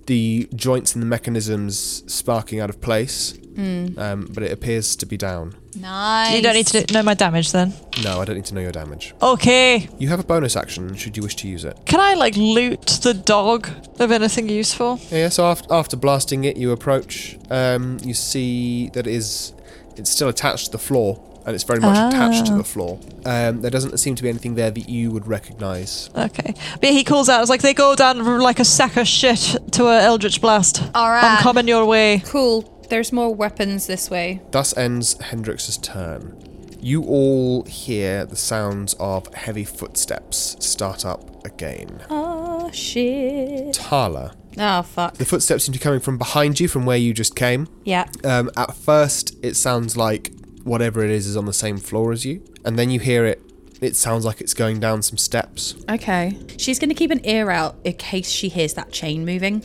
S1: the joints and the mechanisms sparking out of place. Um, but it appears to be down.
S3: Nice.
S2: You don't need to know my damage then.
S1: No, I don't need to know your damage.
S2: Okay.
S1: You have a bonus action should you wish to use it.
S2: Can I like loot the dog of anything useful?
S1: Yeah, so after, after blasting it, you approach. Um, you see that it is it's still attached to the floor, and it's very much attached to the floor. Um, there doesn't seem to be anything there that you would recognise.
S2: Okay. But he calls out, it's like they go down like a sack of shit to a Eldritch Blast.
S4: Alright.
S2: I'm coming your way.
S3: Cool. There's more weapons this way.
S1: Thus ends Hendrix's turn. You all hear the sounds of heavy footsteps start up again.
S3: Oh shit.
S1: Tala,
S3: Oh fuck.
S1: the footsteps seem to be coming from behind you, from where you just came.
S3: Yeah.
S1: Um, at first, it sounds like whatever it is is on the same floor as you, and then you hear it. It sounds like it's going down some steps.
S3: Okay. She's gonna keep an ear out in case she hears that chain moving.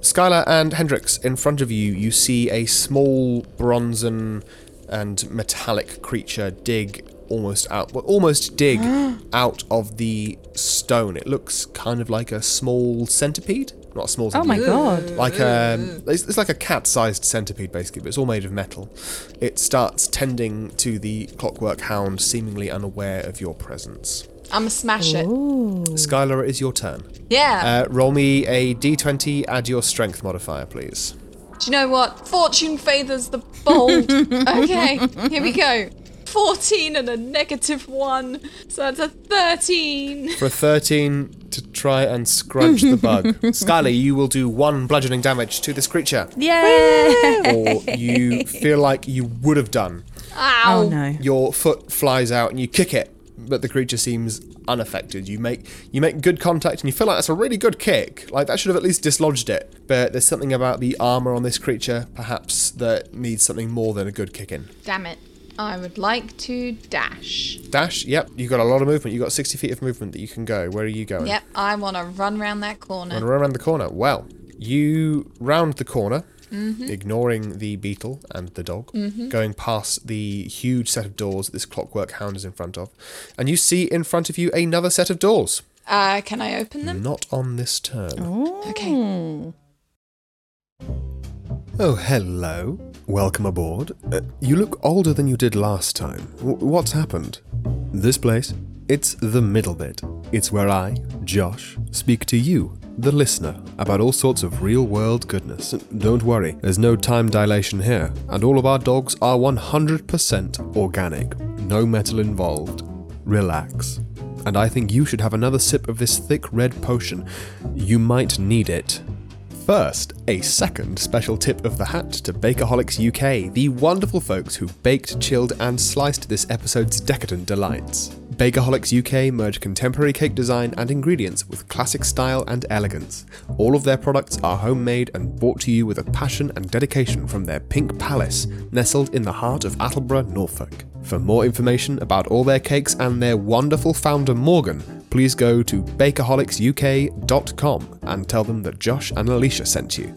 S1: Skylar and Hendrix, in front of you, you see a small bronzen and metallic creature dig almost out, well, almost dig out of the stone. It looks kind of like a small centipede. Not a small
S3: Oh my
S1: centipede.
S3: god.
S1: Like a, it's, it's like a cat-sized centipede, basically, but it's all made of metal. It starts tending to the clockwork hound, seemingly unaware of your presence.
S4: I'ma smash it.
S1: Skylar, it is your turn.
S4: Yeah.
S1: Uh, roll me a d20, add your strength modifier, please.
S4: Do you know what? Fortune favors the bold. okay, here we go. 14 and a negative 1. So that's a 13.
S1: for a 13 to try and scrunch the bug. Skylar, you will do one bludgeoning damage to this creature,
S3: Yeah.
S1: or you feel like you would have done.
S4: Ow.
S3: Oh no.
S1: Your foot flies out and you kick it, but the creature seems unaffected. You make you make good contact and you feel like that's a really good kick. Like that should have at least dislodged it. But there's something about the armor on this creature, perhaps, that needs something more than a good kick in.
S4: Damn it. I would like to dash.
S1: Dash, yep, you got a lot of movement. You got 60 feet of movement that you can go. Where are you going?
S4: Yep, I want to run round that corner.
S1: And run around the corner. Well, you round the corner, ignoring the beetle and the dog, going past the huge set of doors that this clockwork hound is in front of, and you see in front of you another set of doors.
S4: Uh, can I open them?
S1: Not on this turn.
S3: Mm.
S4: Okay.
S1: Oh, hello. Welcome aboard. Uh, you look older than you did last time. W- what's happened? This place, it's the middle bit. It's where I, Josh, speak to you, the listener, about all sorts of real world goodness. Don't worry, there's no time dilation here, and all of our dogs are 100% organic, no metal involved. Relax. And I think you should have another sip of this thick red potion. You might need it. First, a second special tip of the hat to Bakerholics UK, the wonderful folks who baked, chilled, and sliced this episode's decadent delights. Bakerholics UK merge contemporary cake design and ingredients with classic style and elegance. All of their products are homemade and brought to you with a passion and dedication from their Pink Palace, nestled in the heart of Attleborough, Norfolk. For more information about all their cakes and their wonderful founder Morgan, please go to bakerholicsuk.com and tell them that Josh and Alicia sent you.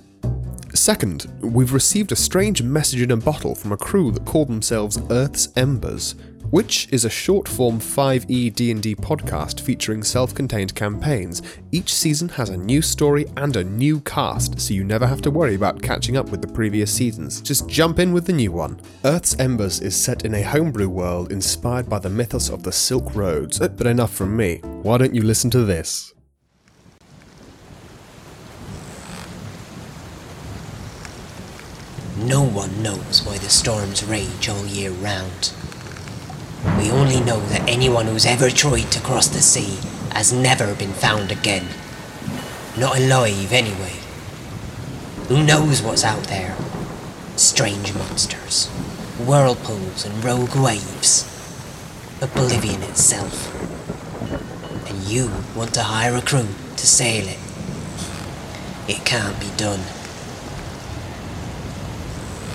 S1: Second, we've received a strange message in a bottle from a crew that call themselves Earth's Embers, which is a short-form E 5e D&D podcast featuring self-contained campaigns. Each season has a new story and a new cast, so you never have to worry about catching up with the previous seasons. Just jump in with the new one. Earth's Embers is set in a homebrew world inspired by the mythos of the Silk Roads. Uh, But enough from me. Why don't you listen to this?
S6: No one knows why the storms rage all year round. We only know that anyone who's ever tried to cross the sea has never been found again. Not alive, anyway. Who knows what's out there? Strange monsters, whirlpools, and rogue waves. Oblivion itself. And you want to hire a crew to sail it. It can't be done.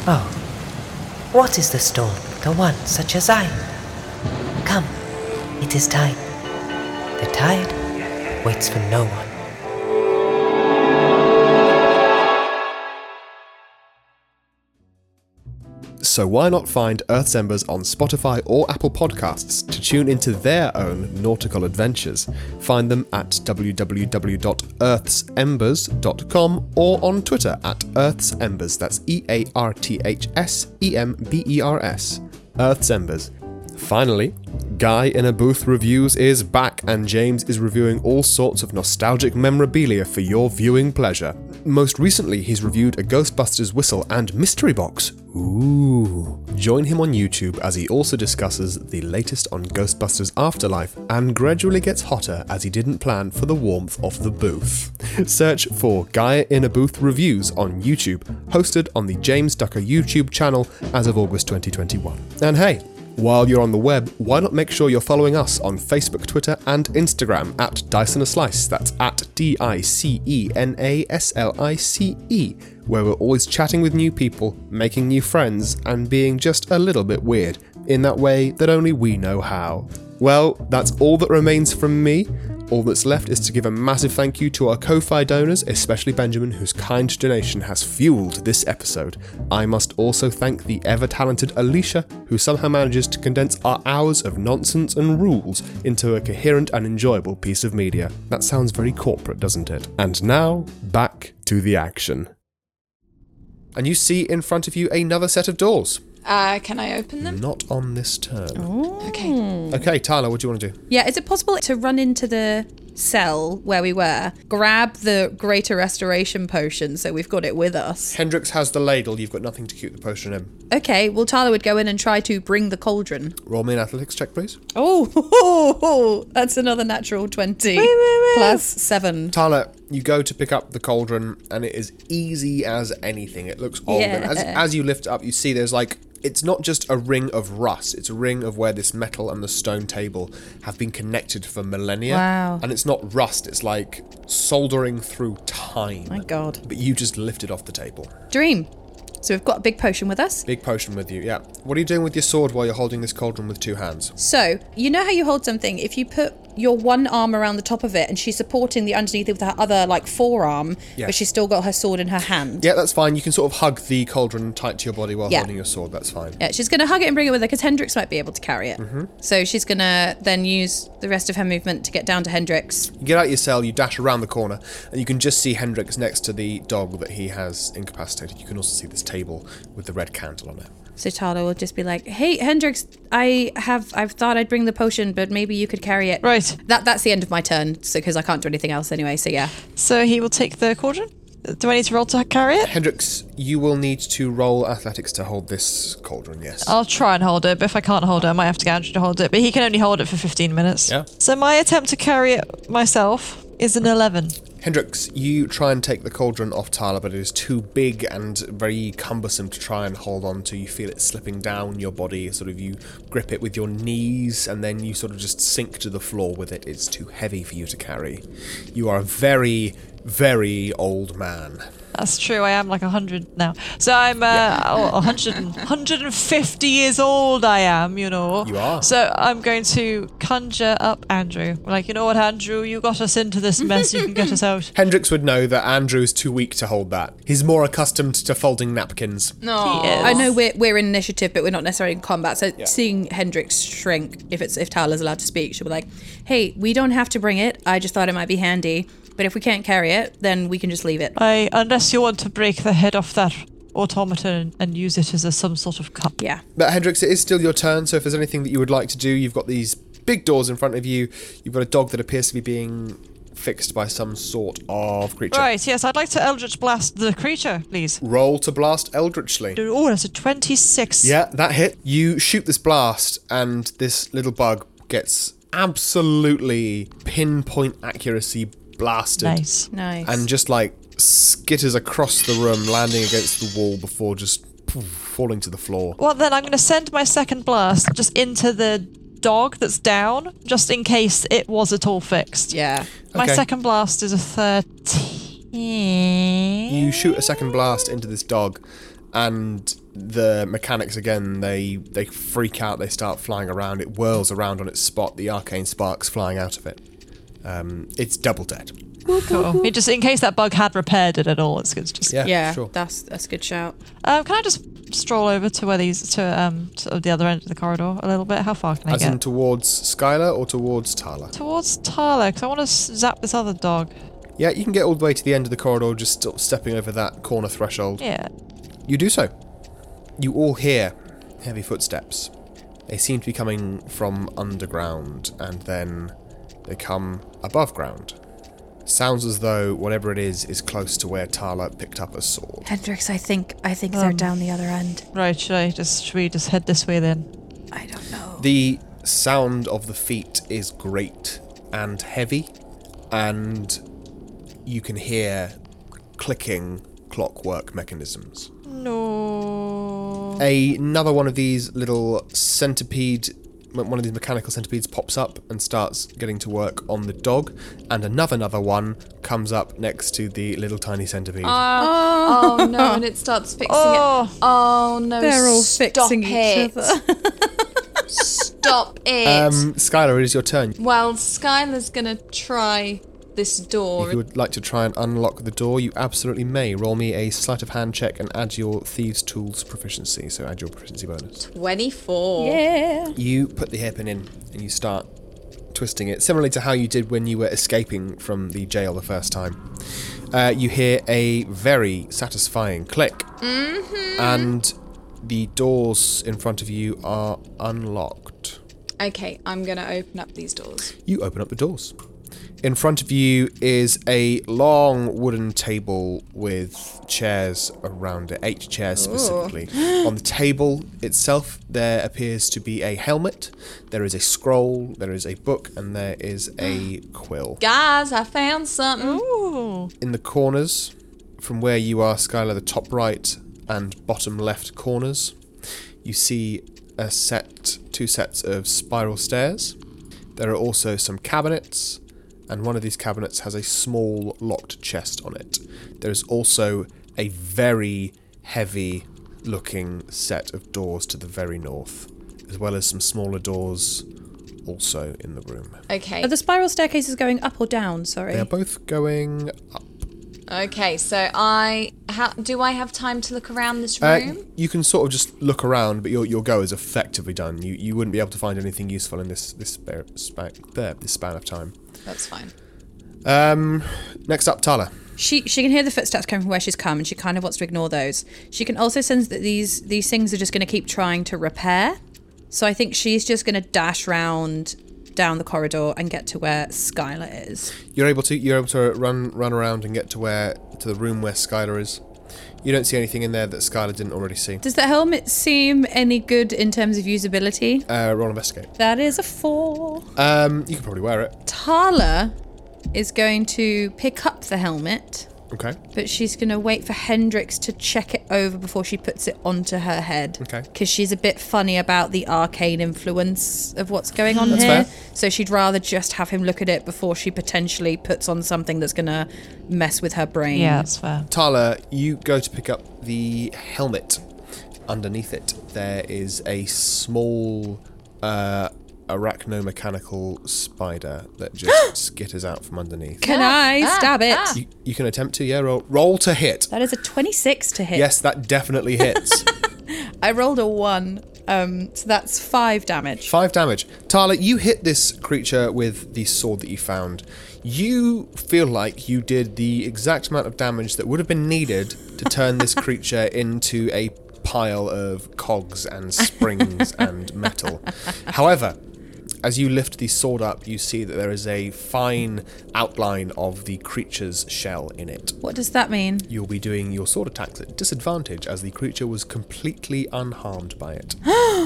S6: Oh,
S7: What is the storm? The one such as I. Come, it is time. The tide waits for no one.
S1: So why not find Earth's Embers on Spotify or Apple Podcasts to tune into their own nautical adventures? Find them at www.earthsembers.com or on Twitter at Earth's Embers. That's E A R T H S E M B E R S. Earth's Embers. Finally, Guy in a Booth Reviews is back, and James is reviewing all sorts of nostalgic memorabilia for your viewing pleasure. Most recently, he's reviewed a Ghostbusters whistle and mystery box. Ooh. Join him on YouTube as he also discusses the latest on Ghostbusters Afterlife and gradually gets hotter as he didn't plan for the warmth of the booth. Search for Gaia in a Booth Reviews on YouTube, hosted on the James Ducker YouTube channel as of August 2021. And hey, while you're on the web, why not make sure you're following us on Facebook, Twitter, and Instagram at Dyson a Slice? That's at D I C E N A S L I C E, where we're always chatting with new people, making new friends, and being just a little bit weird in that way that only we know how. Well, that's all that remains from me. All that's left is to give a massive thank you to our Ko fi donors, especially Benjamin, whose kind donation has fueled this episode. I must also thank the ever talented Alicia, who somehow manages to condense our hours of nonsense and rules into a coherent and enjoyable piece of media. That sounds very corporate, doesn't it? And now, back to the action. And you see in front of you another set of doors.
S4: Uh, can I open them?
S1: Not on this turn.
S4: Okay.
S1: Okay, Tyler, what do you want to do?
S3: Yeah, is it possible to run into the cell where we were, grab the greater restoration potion so we've got it with us?
S1: Hendrix has the ladle. You've got nothing to keep the potion in.
S3: Okay, well, Tyler would go in and try to bring the cauldron.
S1: Roll me an athletics check, please.
S3: Oh, that's another natural 20. Plus seven.
S1: Tyler, you go to pick up the cauldron, and it is easy as anything. It looks old. And as,
S3: Yeah.
S1: as you lift it up, you see there's like, it's not just a ring of rust, it's a ring of where this metal and the stone table have been connected for millennia.
S3: Wow.
S1: And it's not rust, it's like soldering through time.
S3: My God.
S1: But you just lift it off the table.
S3: Dream. So we've got a big potion with us.
S1: Big potion with you, yeah. What are you doing with your sword while you're holding this cauldron with two hands?
S3: So, you know how you hold something? If you put your one arm around the top of it and she's supporting the underneath with her other, like, forearm,
S1: Yeah.
S3: but she's still got her sword in her hand.
S1: Yeah, that's fine. You can sort of hug the cauldron tight to your body while
S3: Yeah.
S1: holding your sword. That's fine.
S3: Yeah, she's going to hug it and bring it with her because Hendrix might be able to carry it.
S1: Mm-hmm.
S3: So she's going to then use the rest of her movement to get down to Hendrix.
S1: You get out your cell, you dash around the corner, and you can just see Hendrix next to the dog that he has incapacitated. You can also see this table with the red candle on it.
S3: So Tala will just be like, "Hey Hendrix, I have I've thought I'd bring the potion, but maybe you could carry it."
S2: Right.
S3: That that's the end of my turn, so because I can't do anything else anyway. So yeah.
S2: So he will take the cauldron. Do I need to roll to carry it?
S1: Hendrix, you will need to roll athletics to hold this cauldron, yes.
S2: I'll try and hold it, but if I can't hold it, I might have to get Andrew to hold it. But he can only hold it for 15 minutes.
S1: Yeah.
S2: So my attempt to carry it myself is an 11.
S1: Hendrix, you try and take the cauldron off Tyler, but it is too big and very cumbersome to try and hold on to. You feel it slipping down your body, sort of you grip it with your knees, and then you sort of just sink to the floor with it. It's too heavy for you to carry. You are a very, very old man.
S2: That's true. I am like 100 now. So I'm uh, oh, 100, and- 150 years old. I am, you know.
S1: You are.
S2: So I'm going to conjure up Andrew. Like, you know what, Andrew? You got us into this mess. You can get us out.
S1: Hendrix would know that Andrew is too weak to hold that. He's more accustomed to folding napkins.
S4: No.
S2: He is.
S3: I know we're we're in initiative, but we're not necessarily in combat. So seeing Hendrix shrink, if it's if Tala's allowed to speak, she'll be like, "Hey, we don't have to bring it. I just thought it might be handy, but if we can't carry it, then we can just leave it."
S2: I, unless you want to break the head off that automaton and use it as a, some sort of cup.
S3: yeah.
S1: But Hendrix, it is still your turn, so if there's anything that you would like to do, you've got these big doors in front of you, you've got a dog that appears to be being fixed by some sort of creature.
S2: Right, yes, I'd like to Eldritch Blast the creature, please.
S1: Roll to blast Eldritchly.
S2: Oh, that's a 26.
S1: Yeah, that hit. You shoot this blast, and this little bug gets absolutely pinpoint accuracy blasted.
S2: Nice.
S3: Nice.
S1: and just like skitters across the room, landing against the wall before just poof, falling to the floor.
S2: Well, then I'm going to send my second blast just into the dog that's down, just in case it was at all fixed.
S3: yeah.
S2: My
S1: Okay.
S2: second blast is a 13.
S1: You shoot a second blast into this dog, and the mechanics again they they freak out they start flying around it whirls around on its spot the arcane sparks flying out of it um, it's double dead
S2: It just in case that bug had repaired it at all, it's, it's just.
S1: yeah
S3: Yeah,
S1: sure
S3: that's that's a good shout.
S2: Um, can I just stroll over to where these to um to the other end of the corridor a little bit? How far can I
S1: as
S2: get?
S1: in towards Skylar or towards Tala
S2: Towards Tala, 'cause I want to zap this other dog.
S1: yeah you can get all the way to the end of the corridor just still stepping over that corner threshold
S2: Yeah.
S1: You do so. You all hear heavy footsteps. They seem to be coming from underground, and then they come above ground. Sounds as though whatever it is is close to where Tala picked up a sword.
S3: Hendrix, I think I think they're down the other end.
S2: Right. Should I just should we just head this way then?
S3: I don't know.
S1: The sound of the feet is great and heavy, and you can hear clicking clockwork mechanisms.
S2: No.
S1: a- another one of these little centipede one of these mechanical centipedes pops up and starts getting to work on the dog and another another one comes up next to the little tiny centipede
S4: Oh no, and it starts fixing
S2: Oh.
S4: it. Oh no,
S3: They're all
S4: stop
S3: fixing
S4: it.
S3: each other.
S4: Stop it.
S1: um skylar it is your turn if
S4: well, Skylar's gonna try this door.
S1: you would like to try and unlock the door you absolutely may roll me a sleight of hand check and add your thieves tools proficiency so add your proficiency bonus
S4: 24.
S3: yeah.
S1: you put the hairpin in and you start twisting it similarly to how you did when you were escaping from the jail the first time uh, you hear a very satisfying click and the doors in front of you are unlocked
S4: Okay, I'm gonna open up these doors.
S1: you open up the doors in front of you is a long wooden table with chairs around it, eight chairs specifically. On the table itself, there appears to be a helmet, there is a scroll, there is a book, and there is a quill.
S4: Guys, I found something.
S2: Ooh.
S1: In the corners, from where you are, Skylar, the top right and bottom left corners, you see a set, two sets of spiral stairs. There are also some cabinets, and one of these cabinets has a small locked chest on it. There is also a very heavy looking set of doors to the very north, as well as some smaller doors also in the room.
S4: Okay.
S3: Are the spiral staircases going up or down? Sorry.
S1: They are both going up.
S4: Okay, so I ha- do I have time to look around this
S1: Uh,
S4: room?
S1: you can sort of just look around, but your, your go is effectively done. You you wouldn't be able to find anything useful in this this spare, span, there, this span of time.
S4: That's fine.
S1: Um, next up, Tala.
S3: She she can hear the footsteps coming from where she's come, and she kind of wants to ignore those. She can also sense that these these things are just going to keep trying to repair. So I think she's just going to dash round down the corridor and get to where Skylar is.
S1: You're able to you're able to run run around and get to where to the room where Skylar is. You don't see anything in there that Skylar didn't already see.
S3: Does the helmet seem any good in terms of usability?
S1: Uh, roll investigate.
S3: That is a four.
S1: Um, you could probably wear it.
S3: Tala is going to pick up the helmet,
S1: Okay.
S3: but she's going to wait for Hendrix to check it over before she puts it onto her head.
S1: Okay.
S3: Because she's a bit funny about the arcane influence of what's going on here.
S1: fair.
S3: So she'd rather just have him look at it before she potentially puts on something that's going to mess with her brain.
S2: Yeah, that's fair.
S1: Tala, you go to pick up the helmet. Underneath it, there is a small uh, arachnomechanical spider that just skitters out from underneath.
S3: Can I stab it?
S1: You, you can attempt to, yeah, roll, roll to hit.
S3: That is a 26 to hit.
S1: Yes, that definitely hits.
S3: I rolled a 1, um, so that's 5 damage.
S1: Five damage. Tala, you hit this creature with the sword that you found. You feel like you did the exact amount of damage that would have been needed to turn this creature into a pile of cogs and springs and metal. However, as you lift the sword up, you see that there is a fine outline of the creature's shell in it.
S3: What does that mean?
S1: You'll be doing your sword attacks at disadvantage as the creature was completely unharmed by it.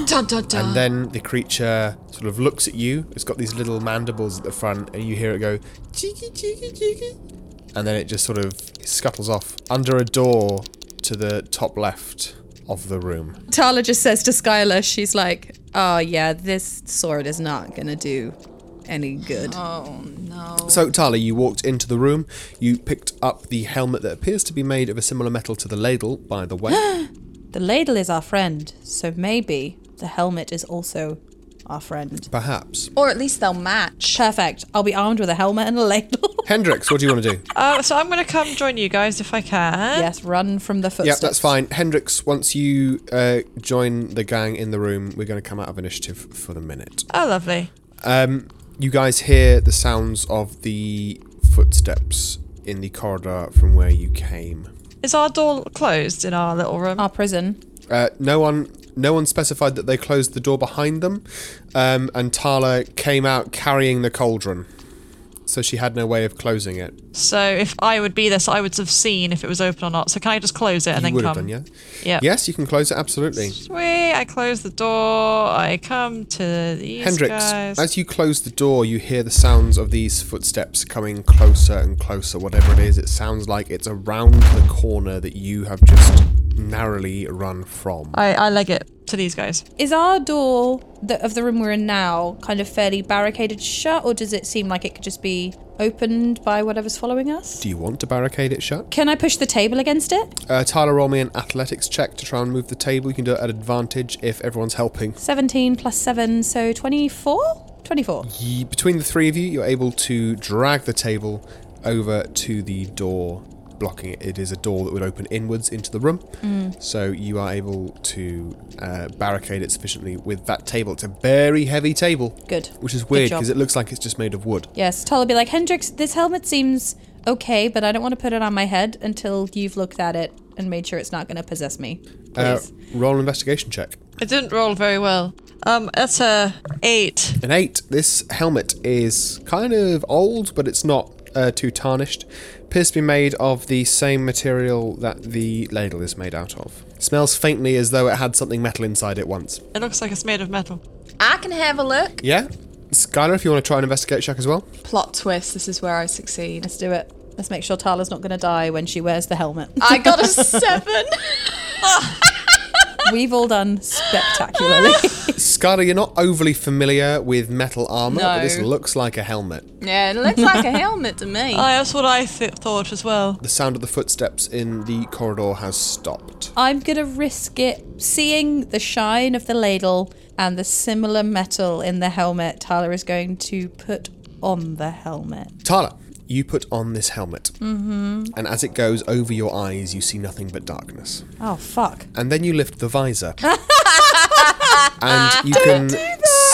S4: Dun, dun, dun.
S1: And then the creature sort of looks at you. It's got these little mandibles at the front, and you hear it go cheeky, cheeky, cheeky, and then it just sort of scuttles off under a door to the top left of the room.
S3: Tala just says to Skylar, she's like, oh yeah, this sword is not gonna do any good.
S4: Oh.
S1: So Tala, you walked into the room. You picked up the helmet that appears to be made of a similar metal to the ladle, by the way.
S3: The ladle is our friend, so maybe the helmet is also our friend.
S1: Perhaps.
S4: Or at least they'll match.
S3: Perfect. I'll be armed with a helmet and a ladle.
S1: Hendrix, what do you want to do?
S2: Uh, so I'm going to come join you guys if I can.
S3: yes, run from the
S1: Yeah,
S3: footsteps.
S1: that's fine. Hendrix, once you uh, join the gang in the room, we're going to come out of initiative for the minute.
S2: Oh, lovely.
S1: You guys hear the sounds of the footsteps in the corridor from where you came.
S2: Is our door closed in our little room?
S3: Our prison.
S1: Uh, no one, no one specified that they closed the door behind them, um, and Tala came out carrying the cauldron, so she had no way of closing it.
S2: So if I would be this, I would have seen if it was open or not. So can I just close it and
S1: you
S2: then
S1: would
S2: come?
S1: have done, yeah.
S2: Yeah.
S1: Yes, you can close it absolutely.
S2: Sweet. I close the door. I come to these
S1: Hendrix,
S2: guys.
S1: as you close the door, you hear the sounds of these footsteps coming closer and closer. Whatever it is, it sounds like it's around the corner that you have just narrowly run from.
S2: I, I leg it to these guys.
S3: Is our door the, of the room we're in now kind of fairly barricaded shut, or does it seem like it could just be opened by whatever's following us?
S1: Do you want to barricade it shut?
S3: Can I push the table against it?
S1: Uh, Tyler, roll me an athletics check to try and move the table. You can do it at advantage if everyone's helping.
S3: 17 plus 7, so 24? 24.
S1: Ye- between the three of you, you're able to drag the table over to the door, blocking it. It is a door that would open inwards into the room,
S3: Mm.
S1: so you are able to uh, barricade it sufficiently with that table. It's a very heavy table,
S3: Good.
S1: which is
S3: Good
S1: weird
S3: job.
S1: because it looks like it's just made of wood.
S3: Yes, Tala be like, Hendrix, this helmet seems okay, but I don't want to put it on my head until you've looked at it and made sure it's not going to possess me.
S1: Uh,
S3: Please.
S1: roll an investigation check.
S2: It didn't roll very well. Um, that's a eight.
S1: An eight. This helmet is kind of old, but it's not uh, too tarnished. Appears to be made of the same material that the ladle is made out of. Smells faintly as though it had something metal inside it once.
S2: It looks like it's made of metal.
S4: I can have a look.
S1: Yeah? Skylar, if you want to try and investigate check as well.
S4: Plot twist. This is where I succeed.
S3: Let's do it. Let's make sure Tala's not going to die when she wears the helmet.
S4: I got a seven.
S3: We've all done spectacularly.
S1: Skylar, you're not overly familiar with metal armor, but this
S4: No.
S1: looks like a helmet.
S4: yeah, it looks like a helmet to me.
S2: Oh, that's what I th- thought as well.
S1: The sound of the footsteps in the corridor has stopped.
S3: I'm going to risk it. Seeing the shine of the ladle and the similar metal in the helmet, Tala is going to put on the helmet.
S1: Tala, you put on this helmet. Mm-hmm. And as it goes over your eyes, you see nothing but darkness.
S3: Oh, fuck.
S1: and then you lift the visor. and you can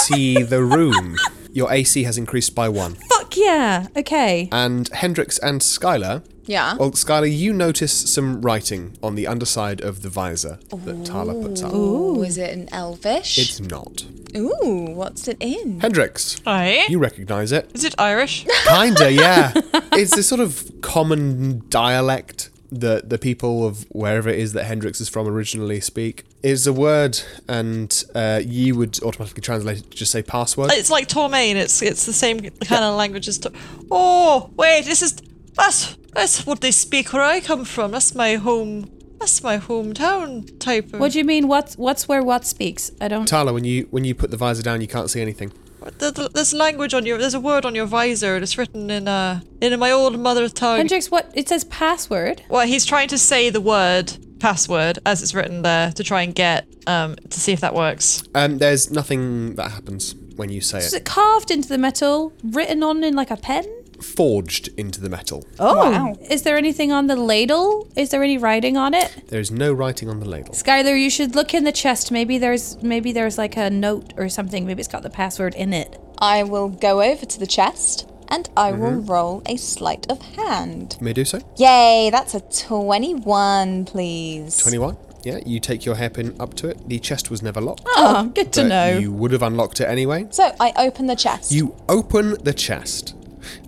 S1: see the room. Your AC has increased by one.
S3: Fuck yeah. Okay.
S1: And Hendrix and Skylar.
S4: Yeah.
S1: Well, Skylar, you notice some writing on the underside of the visor that Tala puts up.
S4: Ooh, is it an elvish?
S1: It's not.
S4: Ooh, what's it in?
S1: Hendrix,
S2: Right?
S1: you recognize it.
S2: Is it Irish?
S1: Kinda, yeah. It's this sort of common dialect that the people of wherever it is that Hendrix is from originally speak. Is a word, and uh, you would automatically translate it to just say password.
S2: it's like Tormain. It's it's the same kind of language as. Tor- oh wait, this is that's that's what they speak where I come from. That's my home. That's my hometown type of.
S3: What do you mean? What's, what's where what speaks? I don't.
S1: Tala, when you when you put the visor down, you can't see anything.
S2: There- there- There's language on your. There's a word on your visor. and It's written in uh in my old mother tongue.
S3: Hendrix, what? It says password.
S2: Well, he's trying to say the word password as it's written there to try and get um to see if that works.
S1: Um, there's nothing that happens when you say
S3: Is
S1: it.
S3: it carved into the metal, written on in like a pen?
S1: Forged into the metal.
S3: Oh. Is there anything on the ladle? Is there any writing on it?
S1: There is no writing on the ladle.
S3: Skylar, you should look in the chest. Maybe there's maybe there's like a note or something. Maybe it's got the password in it.
S4: I will go over to the chest and I will
S1: Mm-hmm.
S4: roll a sleight of hand.
S1: You may do so.
S4: Yay, that's a 21, please.
S1: Twenty-one. Yeah, you take your hairpin up to it. The chest was never locked.
S3: Oh, good to
S1: but
S3: know.
S1: You would have unlocked it anyway.
S4: So I open the chest.
S1: You open the chest,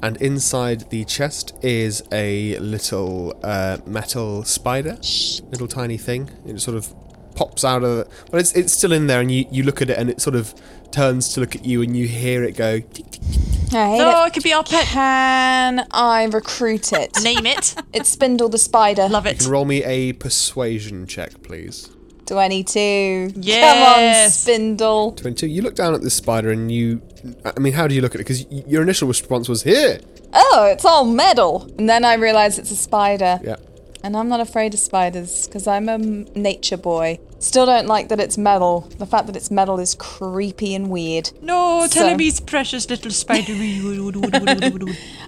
S1: and inside the chest is a little uh, metal spider, little tiny thing. It sort of pops out of, the, but it's it's still in there, and you you look at it, and it sort of turns to look at you, and you hear it go. "Tick, tick."
S4: I hate
S2: No,
S4: it.
S2: Oh, it could be our pet.
S4: Can I recruit it?
S2: Name it.
S4: it's Spindle the Spider.
S2: Love
S1: You
S2: it.
S1: can roll me a persuasion check, please.
S4: 22.
S2: Yes.
S4: Come on, Spindle.
S1: Twenty-two. You look down at this spider, and you, I mean, how do you look at it? Because your initial response was here.
S4: Oh, it's all metal. And then I realize it's a spider.
S1: Yeah.
S8: And I'm not afraid of spiders because I'm a m- nature boy. Still don't like that it's metal. The fact that it's metal is creepy and weird.
S2: No, tell
S8: So-
S2: him he's precious little spidery.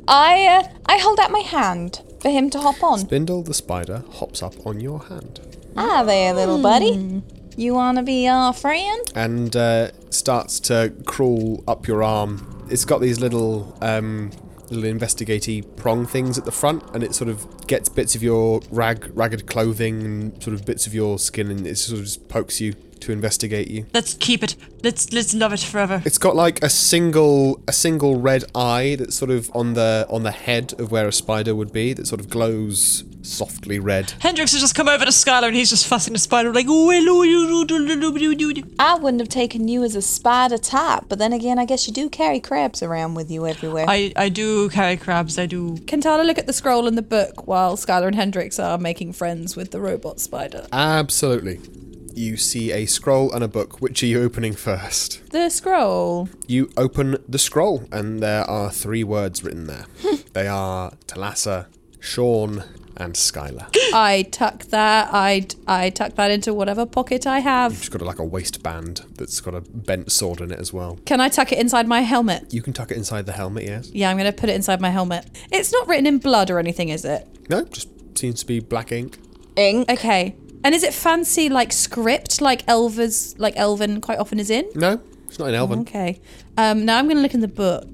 S8: I uh, I hold out my hand for him to hop on.
S1: Bindle the spider hops up on your hand
S8: Ah there, little
S3: Hmm.
S8: buddy. You wanna be our friend?
S1: and uh, starts to crawl up your arm. It's got these little um, little investigaty prong things at the front, and it sort of gets bits of your rag, ragged clothing, and sort of bits of your skin, and it sort of just pokes you to investigate you.
S2: let's keep it. Let's let's love it forever.
S1: It's got like a single a single red eye that's sort of on the on the head of where a spider would be that sort of glows softly red.
S2: Hendrix has just come over to Skylar and he's just fussing the spider like, oh, hello, you, do, do, do, do, do, do."
S8: I wouldn't have taken you as a spider type, but then again I guess you do carry crabs around with you everywhere.
S2: I I do carry crabs. I do.
S3: Can Tala look at the scroll in the book while Skylar and Hendrix are making friends with the robot spider?
S1: Uh, Absolutely. You see a scroll and a book. Which are you opening first?
S3: The scroll.
S1: You open the scroll, and there are three words written there. they are Talassa, Sean, and Skylar.
S3: I tuck that. I I tuck that into whatever pocket I have.
S1: She's got like a waistband that's got a bent sword in it as well.
S3: Can I tuck it inside my helmet?
S1: You can tuck it inside the helmet, yes?
S3: Yeah, I'm gonna put it inside my helmet. It's not written in blood or anything, is it?
S1: No, just seems to be black ink.
S8: Ink.
S3: Okay. And is it fancy like script like Elva's like Elven quite often is in?
S1: No, it's not an elven.
S3: Okay. Um, now I'm gonna look in the book,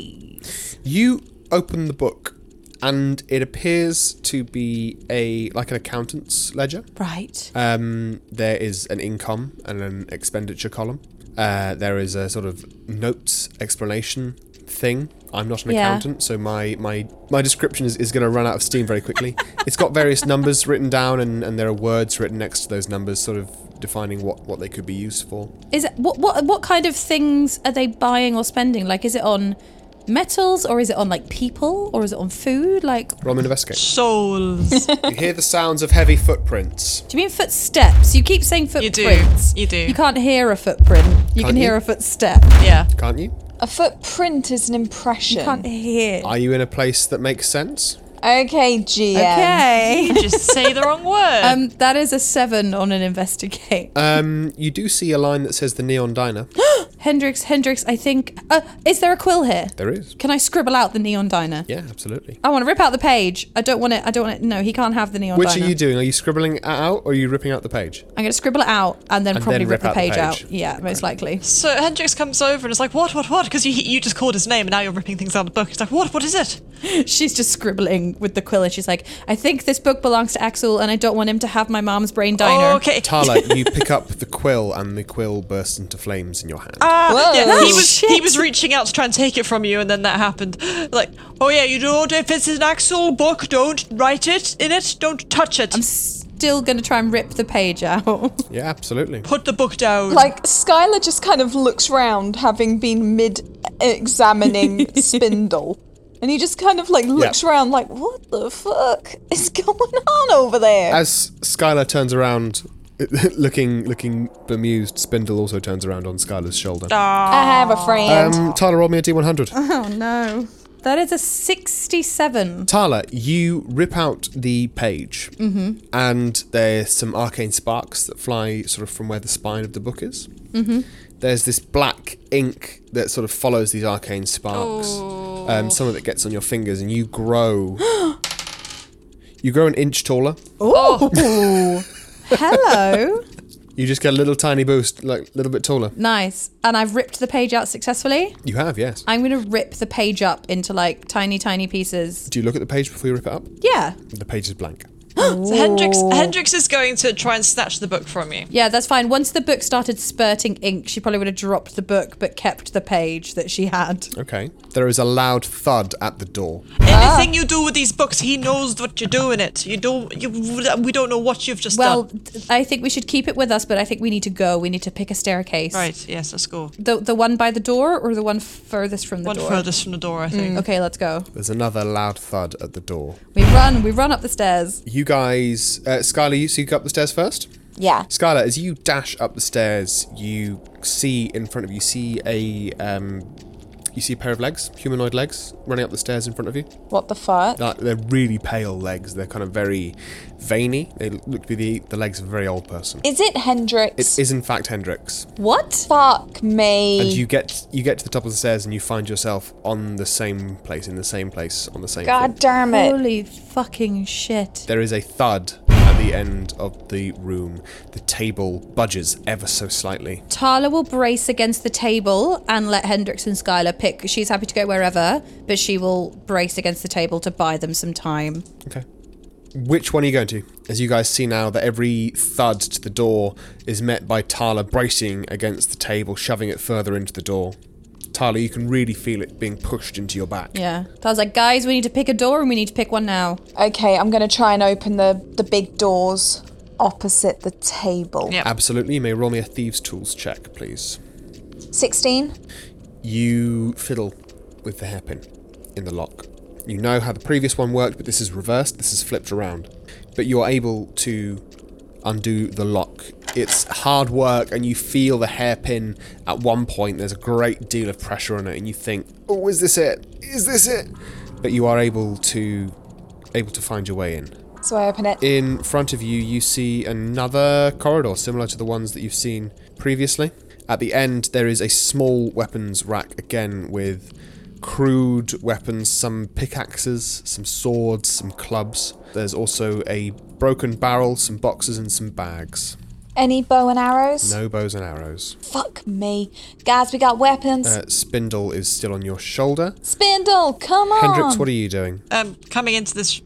S3: please.
S1: You open the book, and it appears to be a like an accountant's ledger.
S3: Right.
S1: Um, there is an income and an expenditure column. Uh, there is a sort of notes explanation thing. I'm not an
S3: Yeah.
S1: accountant, so my my my description is, is going to run out of steam very quickly. it's got various numbers written down, and, and there are words written next to those numbers, sort of defining what what they could be used for.
S3: Is it, what what what kind of things are they buying or spending? Like, is it on metals or is it on like people or is it on food? Like, do
S1: Roman investigate.
S2: Souls.
S1: you hear the sounds of heavy footprints.
S3: you mean footsteps? You keep saying
S2: You do.
S3: footprints.
S2: You do.
S3: You can't hear a footprint. You
S1: Can't
S3: can hear
S1: you?
S3: a footstep.
S2: yeah.
S1: Can't you?
S8: A footprint is an impression.
S3: You can't hear.
S1: Are you in a place that makes sense?
S8: Okay, GM.
S3: Okay.
S2: You just say the wrong word.
S3: Um, that is a seven on an investigate.
S1: Um, you do see a line that says the Neon Diner.
S3: Hendrix, Hendrix, I think. Uh, is there a quill here?
S1: there is.
S3: Can I scribble out the neon diner?
S1: Yeah, absolutely.
S3: I want to rip out the page. I don't want it. I don't want it. No, he can't have the neon
S1: Which are
S3: diner.
S1: you doing? Are you scribbling it out or are you ripping out the page?
S3: I'm going to scribble it out and then
S1: And
S3: probably
S1: then rip
S3: rip, the,
S1: out the
S3: page out.
S1: page.
S3: Yeah, most likely.
S2: So Hendrix comes over and is like, what, what, what? Because you, you just called his name and now you're ripping things out of the book. He's like, what, what is it?
S3: Oh, She's just scribbling with the quill and she's like, I think this book belongs to Axel and I don't want him to have my mom's brain diner.
S2: Oh, okay.
S1: Tala, you pick up the quill and the quill bursts into flames in your hand.
S2: Ah. Yeah, he
S3: Oh,
S2: was he
S3: shit.
S2: was reaching out to try and take it from you, and then that happened. Like, oh yeah, you don't. If it's an actual book, don't write it in it. Don't touch it.
S3: Still going to try and rip the page out.
S1: yeah, absolutely.
S2: Put the book down.
S8: Like Skylar just kind of looks round, having been mid-examining Spindle, and he just kind of like looks
S1: Yeah.
S8: round, like, "What the fuck is going on over there?"
S1: As Skylar turns around, looking looking bemused, Spindle also turns around on Skylar's shoulder.
S8: I have a friend.
S1: Um, Tala, roll me a D100.
S3: Oh, no. That is a 67.
S1: Tala, you rip out the page, and there's some arcane sparks that fly sort of from where the spine of the book is. There's this black ink that sort of follows these arcane sparks. Um, some of it gets on your fingers, and you grow. you grow an inch taller.
S3: Hello.
S1: You just get a little tiny boost, like a little bit taller.
S3: nice. And I've ripped the page out successfully.
S1: You have, yes.
S3: I'm going to rip the page up into like tiny, tiny pieces.
S1: Do you look at the page before you rip it up?
S3: Yeah.
S1: The page is blank.
S2: so Hendrix Hendrix is going to try and snatch the book from you.
S3: Yeah, that's fine. Once the book started spurting ink, she probably would have dropped the book but kept the page that she had.
S1: Okay. There is a loud thud at the door.
S3: Ah.
S2: Anything you do with these books, he knows what you do in it. You don't. You, we don't know what you've just
S3: Well,
S2: done.
S3: th- I think we should keep it with us, but I think we need to go. We need to pick a staircase.
S2: Right. Yes. Let's go.
S3: The the one by the door or the one furthest from the
S2: One
S3: door? Mm.
S2: furthest from the door, I think.
S3: Okay, let's go.
S1: There's another loud thud at the door.
S3: We run, we run up the stairs.
S1: You guys, uh, Skylar, you, so you go up the stairs first?
S8: yeah.
S1: Skylar, as you dash up the stairs, you see in front of you, see a um, You see a pair of legs, humanoid legs, running up the stairs in front of you.
S8: What the fuck?
S1: Uh, they're really pale legs. They're kind of very veiny. They look to be the, the legs of a very old person.
S8: Is it Hendrix?
S1: It is in fact Hendrix.
S3: What?
S8: Fuck me.
S1: And you get you get to the top of the stairs and you find yourself on the same place, in the same place, on the same.
S8: God
S1: floor.
S8: damn it.
S3: Holy fucking shit.
S1: There is a thud at the end of the room. The table budges ever so slightly.
S3: Tala will brace against the table and let Hendrix and Skylar pick. She's happy to go wherever, but she will brace against the table to buy them some time.
S1: Okay. Which one are you going to? As you guys see now, that every thud to the door is met by Tala bracing against the table, shoving it further into the door. Tala, you can really feel it being pushed into your back.
S3: Yeah. Tala's like, guys, we need to pick a door and we need to pick one now.
S8: Okay, I'm gonna try and open the the big doors opposite the table.
S2: Yeah.
S1: Absolutely. You may roll me a thieves' tools check, please.
S8: Sixteen.
S1: You fiddle with the hairpin in the lock. You know how the previous one worked, but this is reversed, this is flipped around. But you're able to undo the lock. It's hard work, and you feel the hairpin at one point. There's a great deal of pressure on it, and you think, oh, is this it? Is this it? But you are able to able to find your way in.
S8: So I open it.
S1: In front of you, you see another corridor similar to the ones that you've seen previously. At the end, there is a small weapons rack again with crude weapons, some pickaxes, some swords, some clubs. There's also a broken barrel, some boxes, and some bags.
S8: Any bow and arrows?
S1: No bows and arrows.
S8: Fuck me, guys. We got weapons.
S1: Uh, Spindle is still on your shoulder.
S8: Spindle, come on.
S1: Hendrix, what are you doing?
S2: Um, coming into this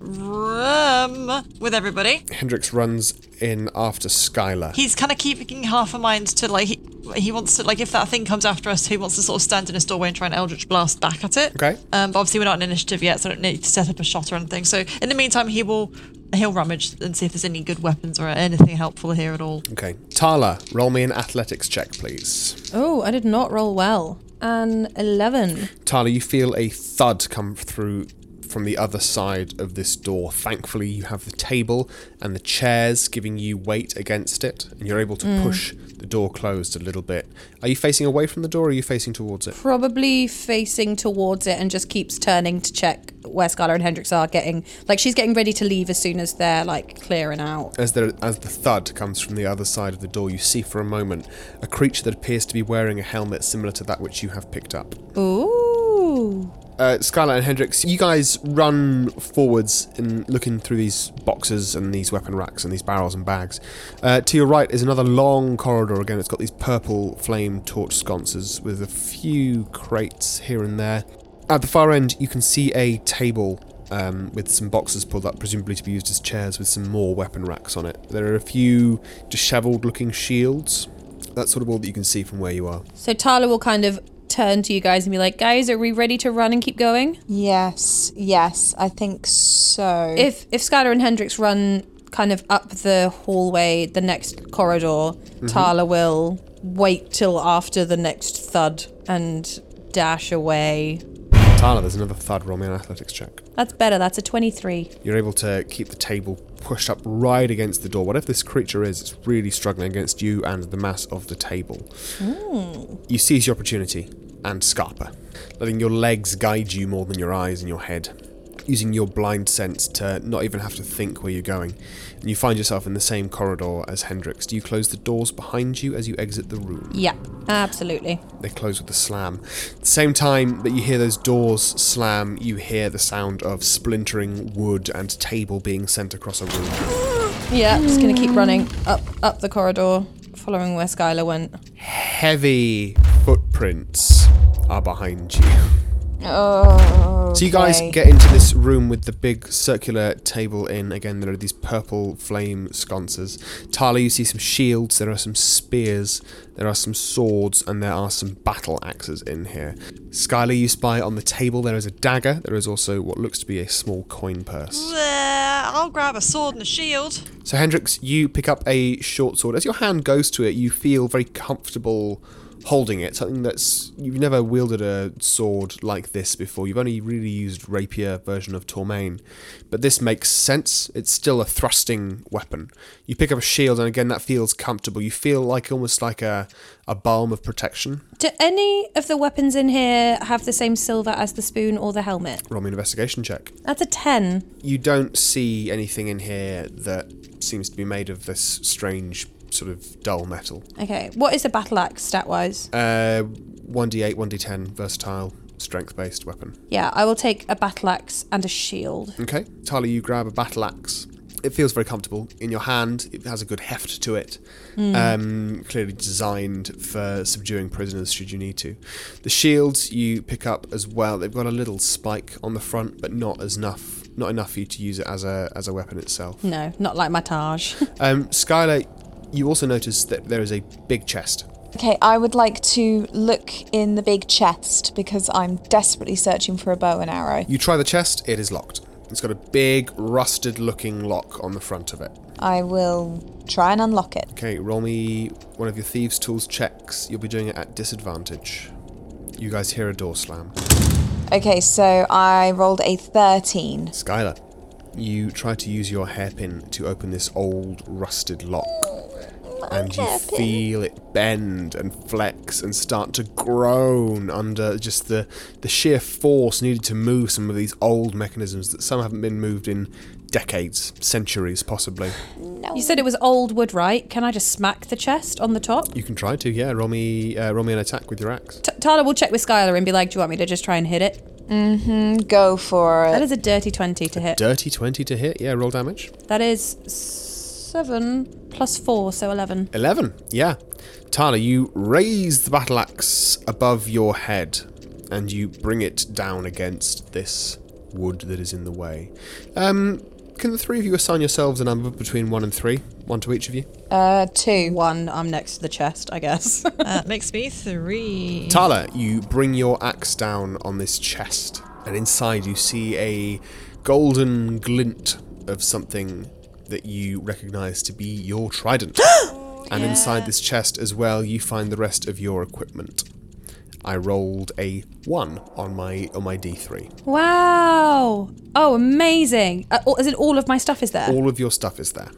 S2: room with everybody,
S1: Hendrix runs in after Skylar.
S2: he's kind of keeping half a mind to like he, he wants to like if that thing comes after us, he wants to sort of stand in his doorway and try and eldritch blast back at it.
S1: Okay.
S2: Um, but obviously we're not in initiative yet, so I don't need to set up a shot or anything. So in the meantime, he will he'll rummage and see if there's any good weapons or anything helpful here at all.
S1: Okay. Tala, roll me an athletics check, please.
S3: Oh, I did not roll well. An 11.
S1: Tala, you feel a thud come through from the other side of this door. Thankfully, you have the table and the chairs giving you weight against it, and you're able to push the door closed a little bit. Are you facing away from the door or are you facing towards it?
S3: Probably facing towards it and just keeps turning to check where Skylar and Hendrix are getting. Like, she's getting ready to leave as soon as they're, like, clearing out.
S1: As, there, as the thud comes from the other side of the door, you see for a moment a creature that appears to be wearing a helmet similar to that which you have picked up.
S3: Ooh.
S1: uh, Skylar and Hendrix, you guys run forwards and looking through these boxes and these weapon racks and these barrels and bags. Uh, to your right is another long corridor. Again, it's got these purple flame torch sconces with a few crates here and there. At the far end, you can see a table um, with some boxes pulled up, presumably to be used as chairs, with some more weapon racks on it. There are a few dishevelled looking shields. That's sort of all that you can see from where you are.
S3: So Tala will kind of turn to you guys and be like, guys, are we ready to run and keep going?
S8: Yes, yes, I think so.
S3: if if Skylar and Hendrix run kind of up the hallway, the next corridor, Tala will wait till after the next thud and dash away.
S1: Tala, there's another thud. Roll me an athletics check.
S3: That's better. That's a twenty-three.
S1: You're able to keep the table pushed up right against the door. Whatever this creature is, it's really struggling against you and the mass of the table. You seize your opportunity and scarper, letting your legs guide you more than your eyes and your head. Using your blind sense to not even have to think where you're going. And you find yourself in the same corridor as Hendrix. Do you close the doors behind you as you exit the room?
S3: Yeah, absolutely.
S1: They close with a slam. At the same time that you hear those doors slam, you hear the sound of splintering wood and table being sent across a room.
S3: Yeah, I'm just gonna keep running up up the corridor, following where Skylar went.
S1: Heavy footprints are behind you.
S8: oh,
S1: So you guys
S8: okay.
S1: get into this room with the big circular table in. Again, there are these purple flame sconces. Tala, you see some shields, there are some spears, there are some swords, and there are some battle axes in here. Skylar, you spy on the table there is a dagger, there is also what looks to be a small coin purse.
S2: Uh, I'll grab a sword and a shield.
S1: So Hendrix, you pick up a short sword. As your hand goes to it, you feel very comfortable holding it, something that's you've never wielded a sword like this before. You've only really used rapier version of Tormain, but this makes sense. It's still a thrusting weapon. You pick up a shield, and again that feels comfortable. You feel like almost like a a balm of protection.
S3: Do any of the weapons in here have the same silver as the spoon or the helmet?
S1: Roll me an investigation check.
S3: That's a 10.
S1: you don't see anything in here that seems to be made of this strange sort of dull metal.
S3: Okay. What is the battle axe stat wise?
S1: Uh, 1d8, 1d10, versatile, strength based weapon.
S3: yeah, I will take a battle axe and a shield.
S1: Okay. Tyler, you grab a battle axe. It feels very comfortable in your hand. It has a good heft to it. Um, clearly designed for subduing prisoners should you need to. The shields you pick up as well. They've got a little spike on the front, but not as enough not enough for you to use it as a as a weapon itself.
S3: No, not like my Taj.
S1: Um, Skylar, you also notice that there is a big chest.
S8: Okay, I would like to look in the big chest because I'm desperately searching for a bow and arrow.
S1: You try the chest, it is locked. It's got a big, rusted looking lock on the front of it.
S8: I will try and unlock it.
S1: Okay, roll me one of your thieves' tools checks. You'll be doing it at disadvantage. You guys hear a door slam.
S8: Okay, so I rolled a 13.
S1: Skylar, you try to use your hairpin to open this old, rusted lock. And you feel it bend and flex and start to groan under just the, the sheer force needed to move some of these old mechanisms that some haven't been moved in decades, centuries possibly.
S3: you said it was old wood, right? Can I just smack the chest on the top?
S1: You can try to, yeah. Roll me, uh, roll me an attack with your axe.
S3: T- Tala will check with Skylar and be like, do you want me to just try and hit it?
S8: Go for
S3: That
S8: it.
S3: is a dirty 20 to hit.
S1: Dirty 20 to hit, yeah, roll damage.
S3: That is 7 plus 4, so 11.
S1: 11, yeah. Tala, you raise the battle axe above your head and you bring it down against this wood that is in the way. Um, can the three of you assign yourselves a number between one and three? One to each of you?
S8: Uh, two.
S3: 1, I'm next to the chest, I guess.
S2: That makes me three.
S1: Tala, you bring your axe down on this chest, and inside you see a golden glint of something that you recognize to be your trident. and inside this chest as well, you find the rest of your equipment. I rolled a one on my on my d3.
S3: wow. Oh, amazing. Uh, all- is it all of my stuff is there?
S1: All of your stuff is there.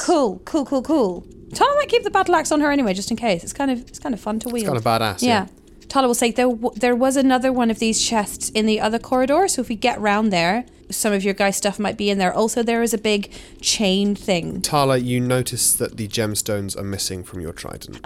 S3: Cool, cool, cool, cool. Tala might keep the battle axe on her anyway, just in case. It's kind of it's kind of fun to wield.
S1: kind of badass, yeah.
S3: Yeah. Tala will say there w- there was another one of these chests in the other corridor, so if we get round there, some of your guys' stuff might be in there. Also, there is a big chain thing.
S1: Tala, you notice that the gemstones are missing from your trident.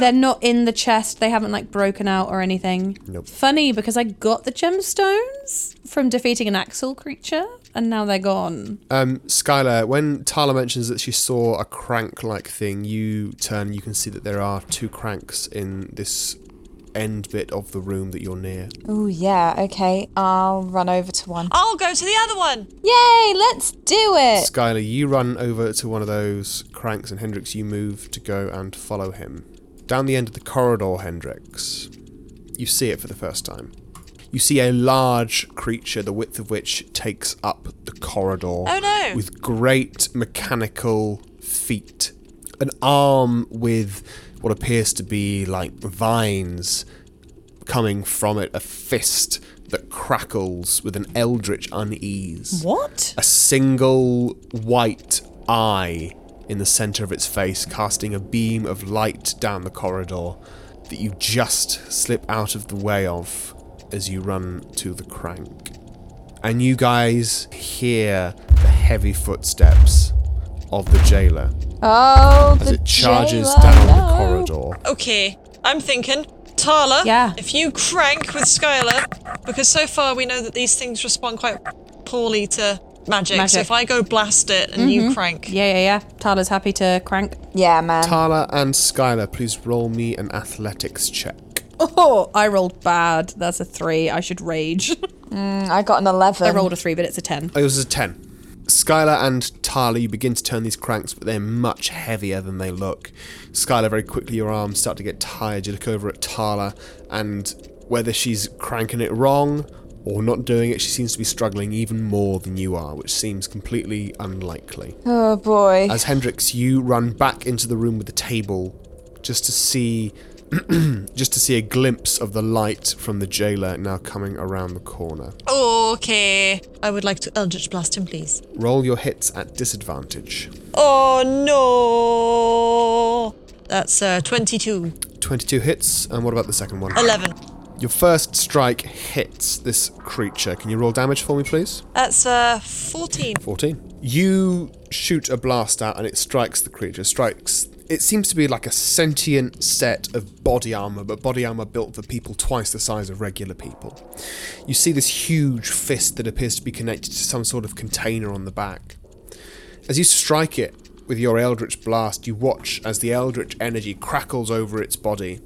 S3: They're not in the chest. They haven't like broken out or anything.
S1: Nope.
S3: Funny because I got the gemstones from defeating an axle creature, and now they're gone.
S1: Um, Skylar, when Tala mentions that she saw a crank like thing, you turn, you can see that there are two cranks in this end bit of the room that you're near.
S8: Oh, yeah, okay. I'll run over to one.
S2: I'll go to the other one.
S8: Yay, let's do it!
S1: Skylar, you run over to one of those cranks, and Hendrix, you move to go and follow him. Down the end of the corridor, Hendrix, you see it for the first time. You see a large creature, the width of which takes up the corridor.
S2: Oh, no.
S1: With great mechanical feet. An arm with what appears to be like vines coming from it, a fist that crackles with an eldritch unease
S3: What?
S1: a single white eye in the center of its face, casting a beam of light down the corridor that you just slip out of the way of as you run to the crank. And you guys hear the heavy footsteps of the jailer
S8: Oh,
S1: as
S8: the
S1: it charges
S8: jailer,
S1: down
S8: no.
S1: the corridor.
S2: Okay, I'm thinking, Tala.
S3: Yeah.
S2: If you crank with Skylar, because so far we know that these things respond quite poorly to magic. Mm-hmm.
S3: Magic.
S2: So if I go blast it and you crank,
S3: Yeah, yeah, yeah. Tala's happy to crank.
S8: Yeah, man.
S1: Tala and Skylar, please roll me an athletics check.
S3: Oh, I rolled bad. That's a three. I should rage.
S8: I got an 11.
S3: I rolled a three, but it's a ten.
S1: Oh, It was a 10. Skylar and Tala, you begin to turn these cranks, but they're much heavier than they look. Skylar, very quickly, your arms start to get tired. You look over at Tala, and whether she's cranking it wrong or not doing it, she seems to be struggling even more than you are, which seems completely unlikely.
S8: Oh, boy.
S1: As Hendrix, you run back into the room with the table just to see just to see a glimpse of the light from the jailer now coming around the corner.
S2: Okay. I would like to Eldritch Blast him, please.
S1: Roll your hits at disadvantage.
S2: Oh, no. That's uh, 22.
S1: 22 hits, and what about the second one?
S2: 11.
S1: Your first strike hits this creature. Can you roll damage for me, please?
S2: That's uh, 14.
S1: 14. You shoot a blast out and it strikes the creature. Strikes. It seems to be like a sentient set of body armor, but body armor built for people twice the size of regular people. You see this huge fist that appears to be connected to some sort of container on the back. As you strike it with your eldritch blast, you watch as the eldritch energy crackles over its body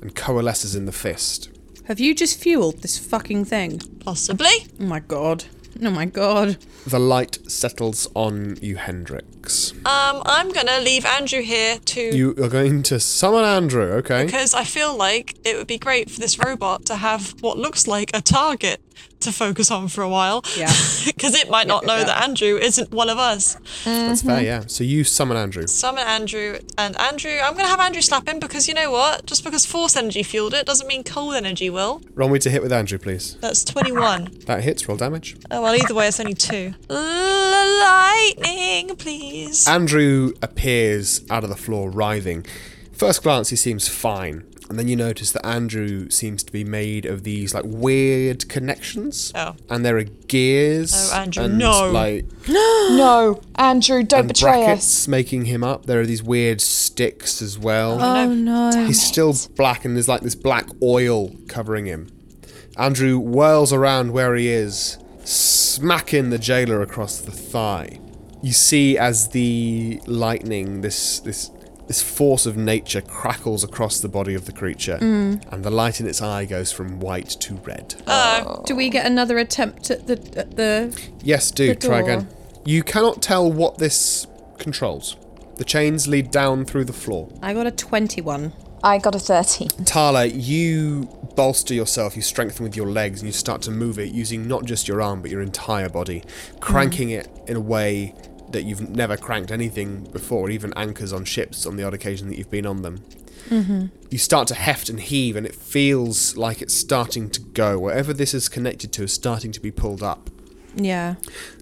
S1: and coalesces in the fist.
S9: Have you just fueled this fucking thing?
S2: Possibly.
S9: Oh my god. Oh my god.
S1: The light settles on you, Hendrix.
S2: Um, I'm going to leave Andrew here to.
S1: You are going to summon Andrew, okay?
S2: because I feel like it would be great for this robot to have what looks like a target to focus on for a while.
S9: Yeah.
S2: Because it might not know that Andrew isn't one of us.
S1: That's
S2: Mm-hmm.
S1: fair, yeah. So you summon Andrew.
S2: Summon Andrew and Andrew. I'm going to have Andrew slap him because you know what? Just because force energy fueled it doesn't mean cold energy will.
S1: Roll me to hit with Andrew, please.
S2: That's 21.
S1: That hits, roll damage.
S2: Oh, well, either way, it's only two. Lightning, please.
S1: Uh, Andrew appears out of the floor writhing. First glance, he seems fine. And then you notice that Andrew seems to be made of these like weird connections.
S2: Oh.
S1: And there are gears.
S2: Oh, Andrew,
S1: and,
S2: no.
S1: Like
S8: No, Andrew, don't
S1: and
S8: betray us.
S1: brackets making him up. There are these weird sticks as well.
S9: Oh no.
S1: He's still black, and there's like this black oil covering him. Andrew whirls around where he is, smacking the jailer across the thigh. You see as the lightning, this this this force of nature crackles across the body of the creature,
S9: Mm.
S1: and the light in its eye goes from white to red.
S9: Uh, Do we get another attempt at the at the
S1: Yes, do
S9: The
S1: try
S9: door.
S1: again. You cannot tell what this controls. The chains lead down through the floor.
S9: I got a 21.
S8: I got a 13.
S1: Tala, you bolster yourself, you strengthen with your legs, and you start to move it using not just your arm but your entire body, cranking it in a way that you've never cranked anything before, even anchors on ships on the odd occasion that you've been on them. You start to heft and heave, and it feels like it's starting to go. Whatever this is connected to is starting to be pulled up.
S9: Yeah.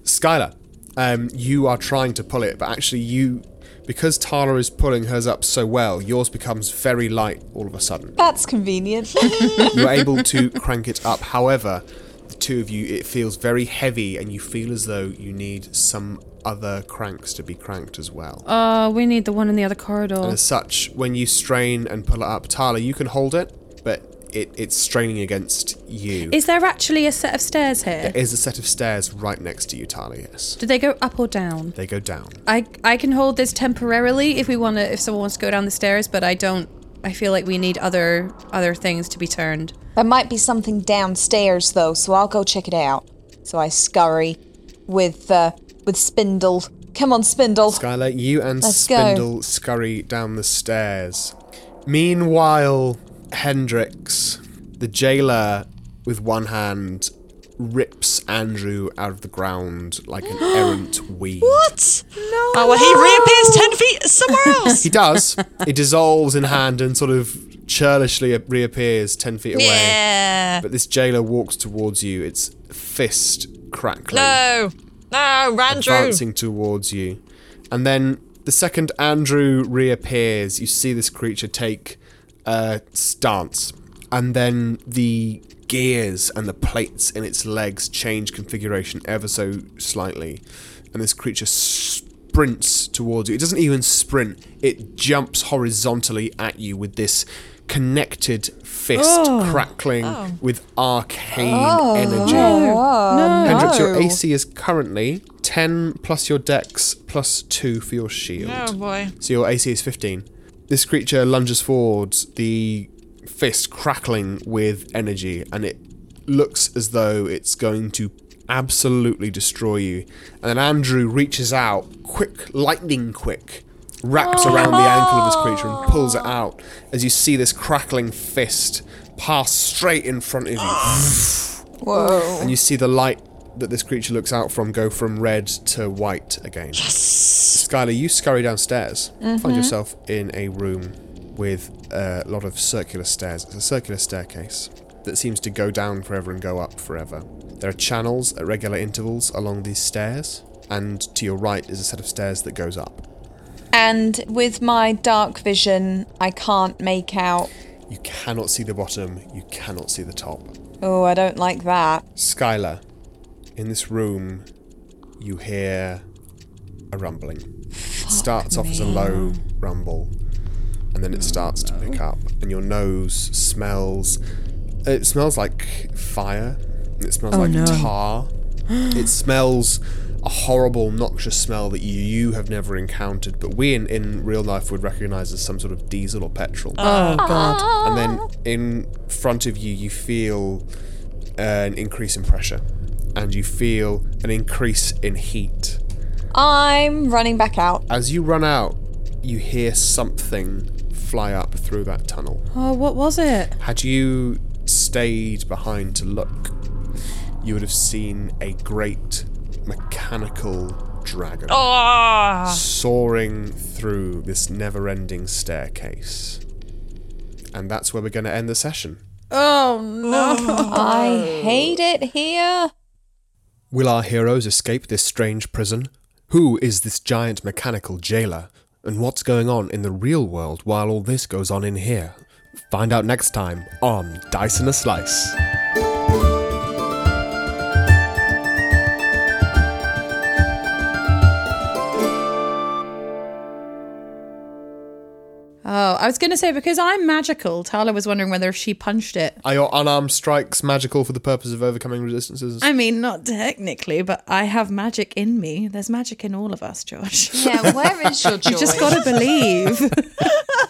S1: Skylar, um, you are trying to pull it, but actually, you. Because Tala is pulling hers up so well, yours becomes very light all of a sudden.
S8: That's convenient.
S1: You're able to crank it up. However, the two of you, it feels very heavy, and you feel as though you need some other cranks to be cranked as well.
S9: Oh, we need the one in the other corridor.
S1: And as such, when you strain and pull it up, Tala, you can hold it, but it, it's straining against you.
S9: Is there actually a set of stairs here?
S1: there is a set of stairs right next to you, Tala, yes.
S9: Do they go up or down?
S1: They go down.
S9: I I can hold this temporarily if we want to if someone wants to go down the stairs, but I don't I feel like we need other other things to be turned.
S8: there might be something downstairs though, so I'll go check it out. So I scurry with uh, with Spindle. Come on, Spindle.
S1: Skylar, you and
S8: Let's go.
S1: Spindle scurry down the stairs. Meanwhile, Hendrix, the jailer, with one hand, rips Andrew out of the ground like an errant weed.
S2: What? No. Oh, well, he reappears 10 feet somewhere else.
S1: He does. it dissolves in hand and sort of churlishly reappears 10 feet away.
S2: yeah.
S1: But this jailer walks towards you, its fist crackling.
S2: No. No, Randrew.
S1: advancing towards you. And then the second Andrew reappears, you see this creature take a stance. And then the gears and the plates in its legs change configuration ever so slightly. And this creature sprints towards you. It doesn't even sprint, it jumps horizontally at you with this connected fist crackling with arcane energy. Um, Hendrix, your AC is currently 10 plus your dex plus 2 for your shield.
S2: Oh, boy.
S1: So your AC is 15. This creature lunges forwards, the fist crackling with energy, and it looks as though it's going to absolutely destroy you. And then Andrew reaches out, quick, lightning quick, wraps around the ankle of this creature and pulls it out as you see this crackling fist pass straight in front of you.
S8: Whoa.
S1: and you see the light that this creature looks out from go from red to white again. Yes. Skylar, you scurry downstairs, find yourself in a room with a lot of circular stairs. It's a circular staircase that seems to go down forever and go up forever. There are channels at regular intervals along these stairs, and to your right is a set of stairs that goes up.
S8: And with my dark vision, I can't make out.
S1: You cannot see the bottom, you cannot see the top.
S8: Oh, I don't like that.
S1: Skylar, in this room, you hear a rumbling. it starts off as a low rumble, and
S2: Oh,
S1: then it starts to pick up, and your nose smells. It smells like fire. and It
S2: Oh,
S1: smells like tar. it smells a horrible, noxious smell that you, you have never encountered, but we in, in real life would recognize as some sort of diesel or petrol.
S2: Oh, God.
S1: And then in front of you, you feel an increase in pressure and you feel an increase in heat.
S8: I'm running back out.
S1: As you run out, you hear something fly up through that tunnel.
S9: Oh, what was it?
S1: Had you stayed behind to look, you would have seen a great mechanical dragon soaring through this never ending staircase. And that's where we're going to end the session.
S8: I
S4: Oh.
S8: hate it here.
S1: Will our heroes escape this strange prison? Who is this giant mechanical jailer? And what's going on in the real world while all this goes on in here? Find out next time on Dice and a Slice.
S3: Oh, I was going to say because I'm magical. Tala was wondering whether she punched it.
S1: Are your unarmed strikes magical for the purpose of overcoming resistances?
S3: I mean, not technically, but I have magic in me. There's magic in all of us, Josh.
S4: Yeah, where is your joy?
S3: You just got to believe.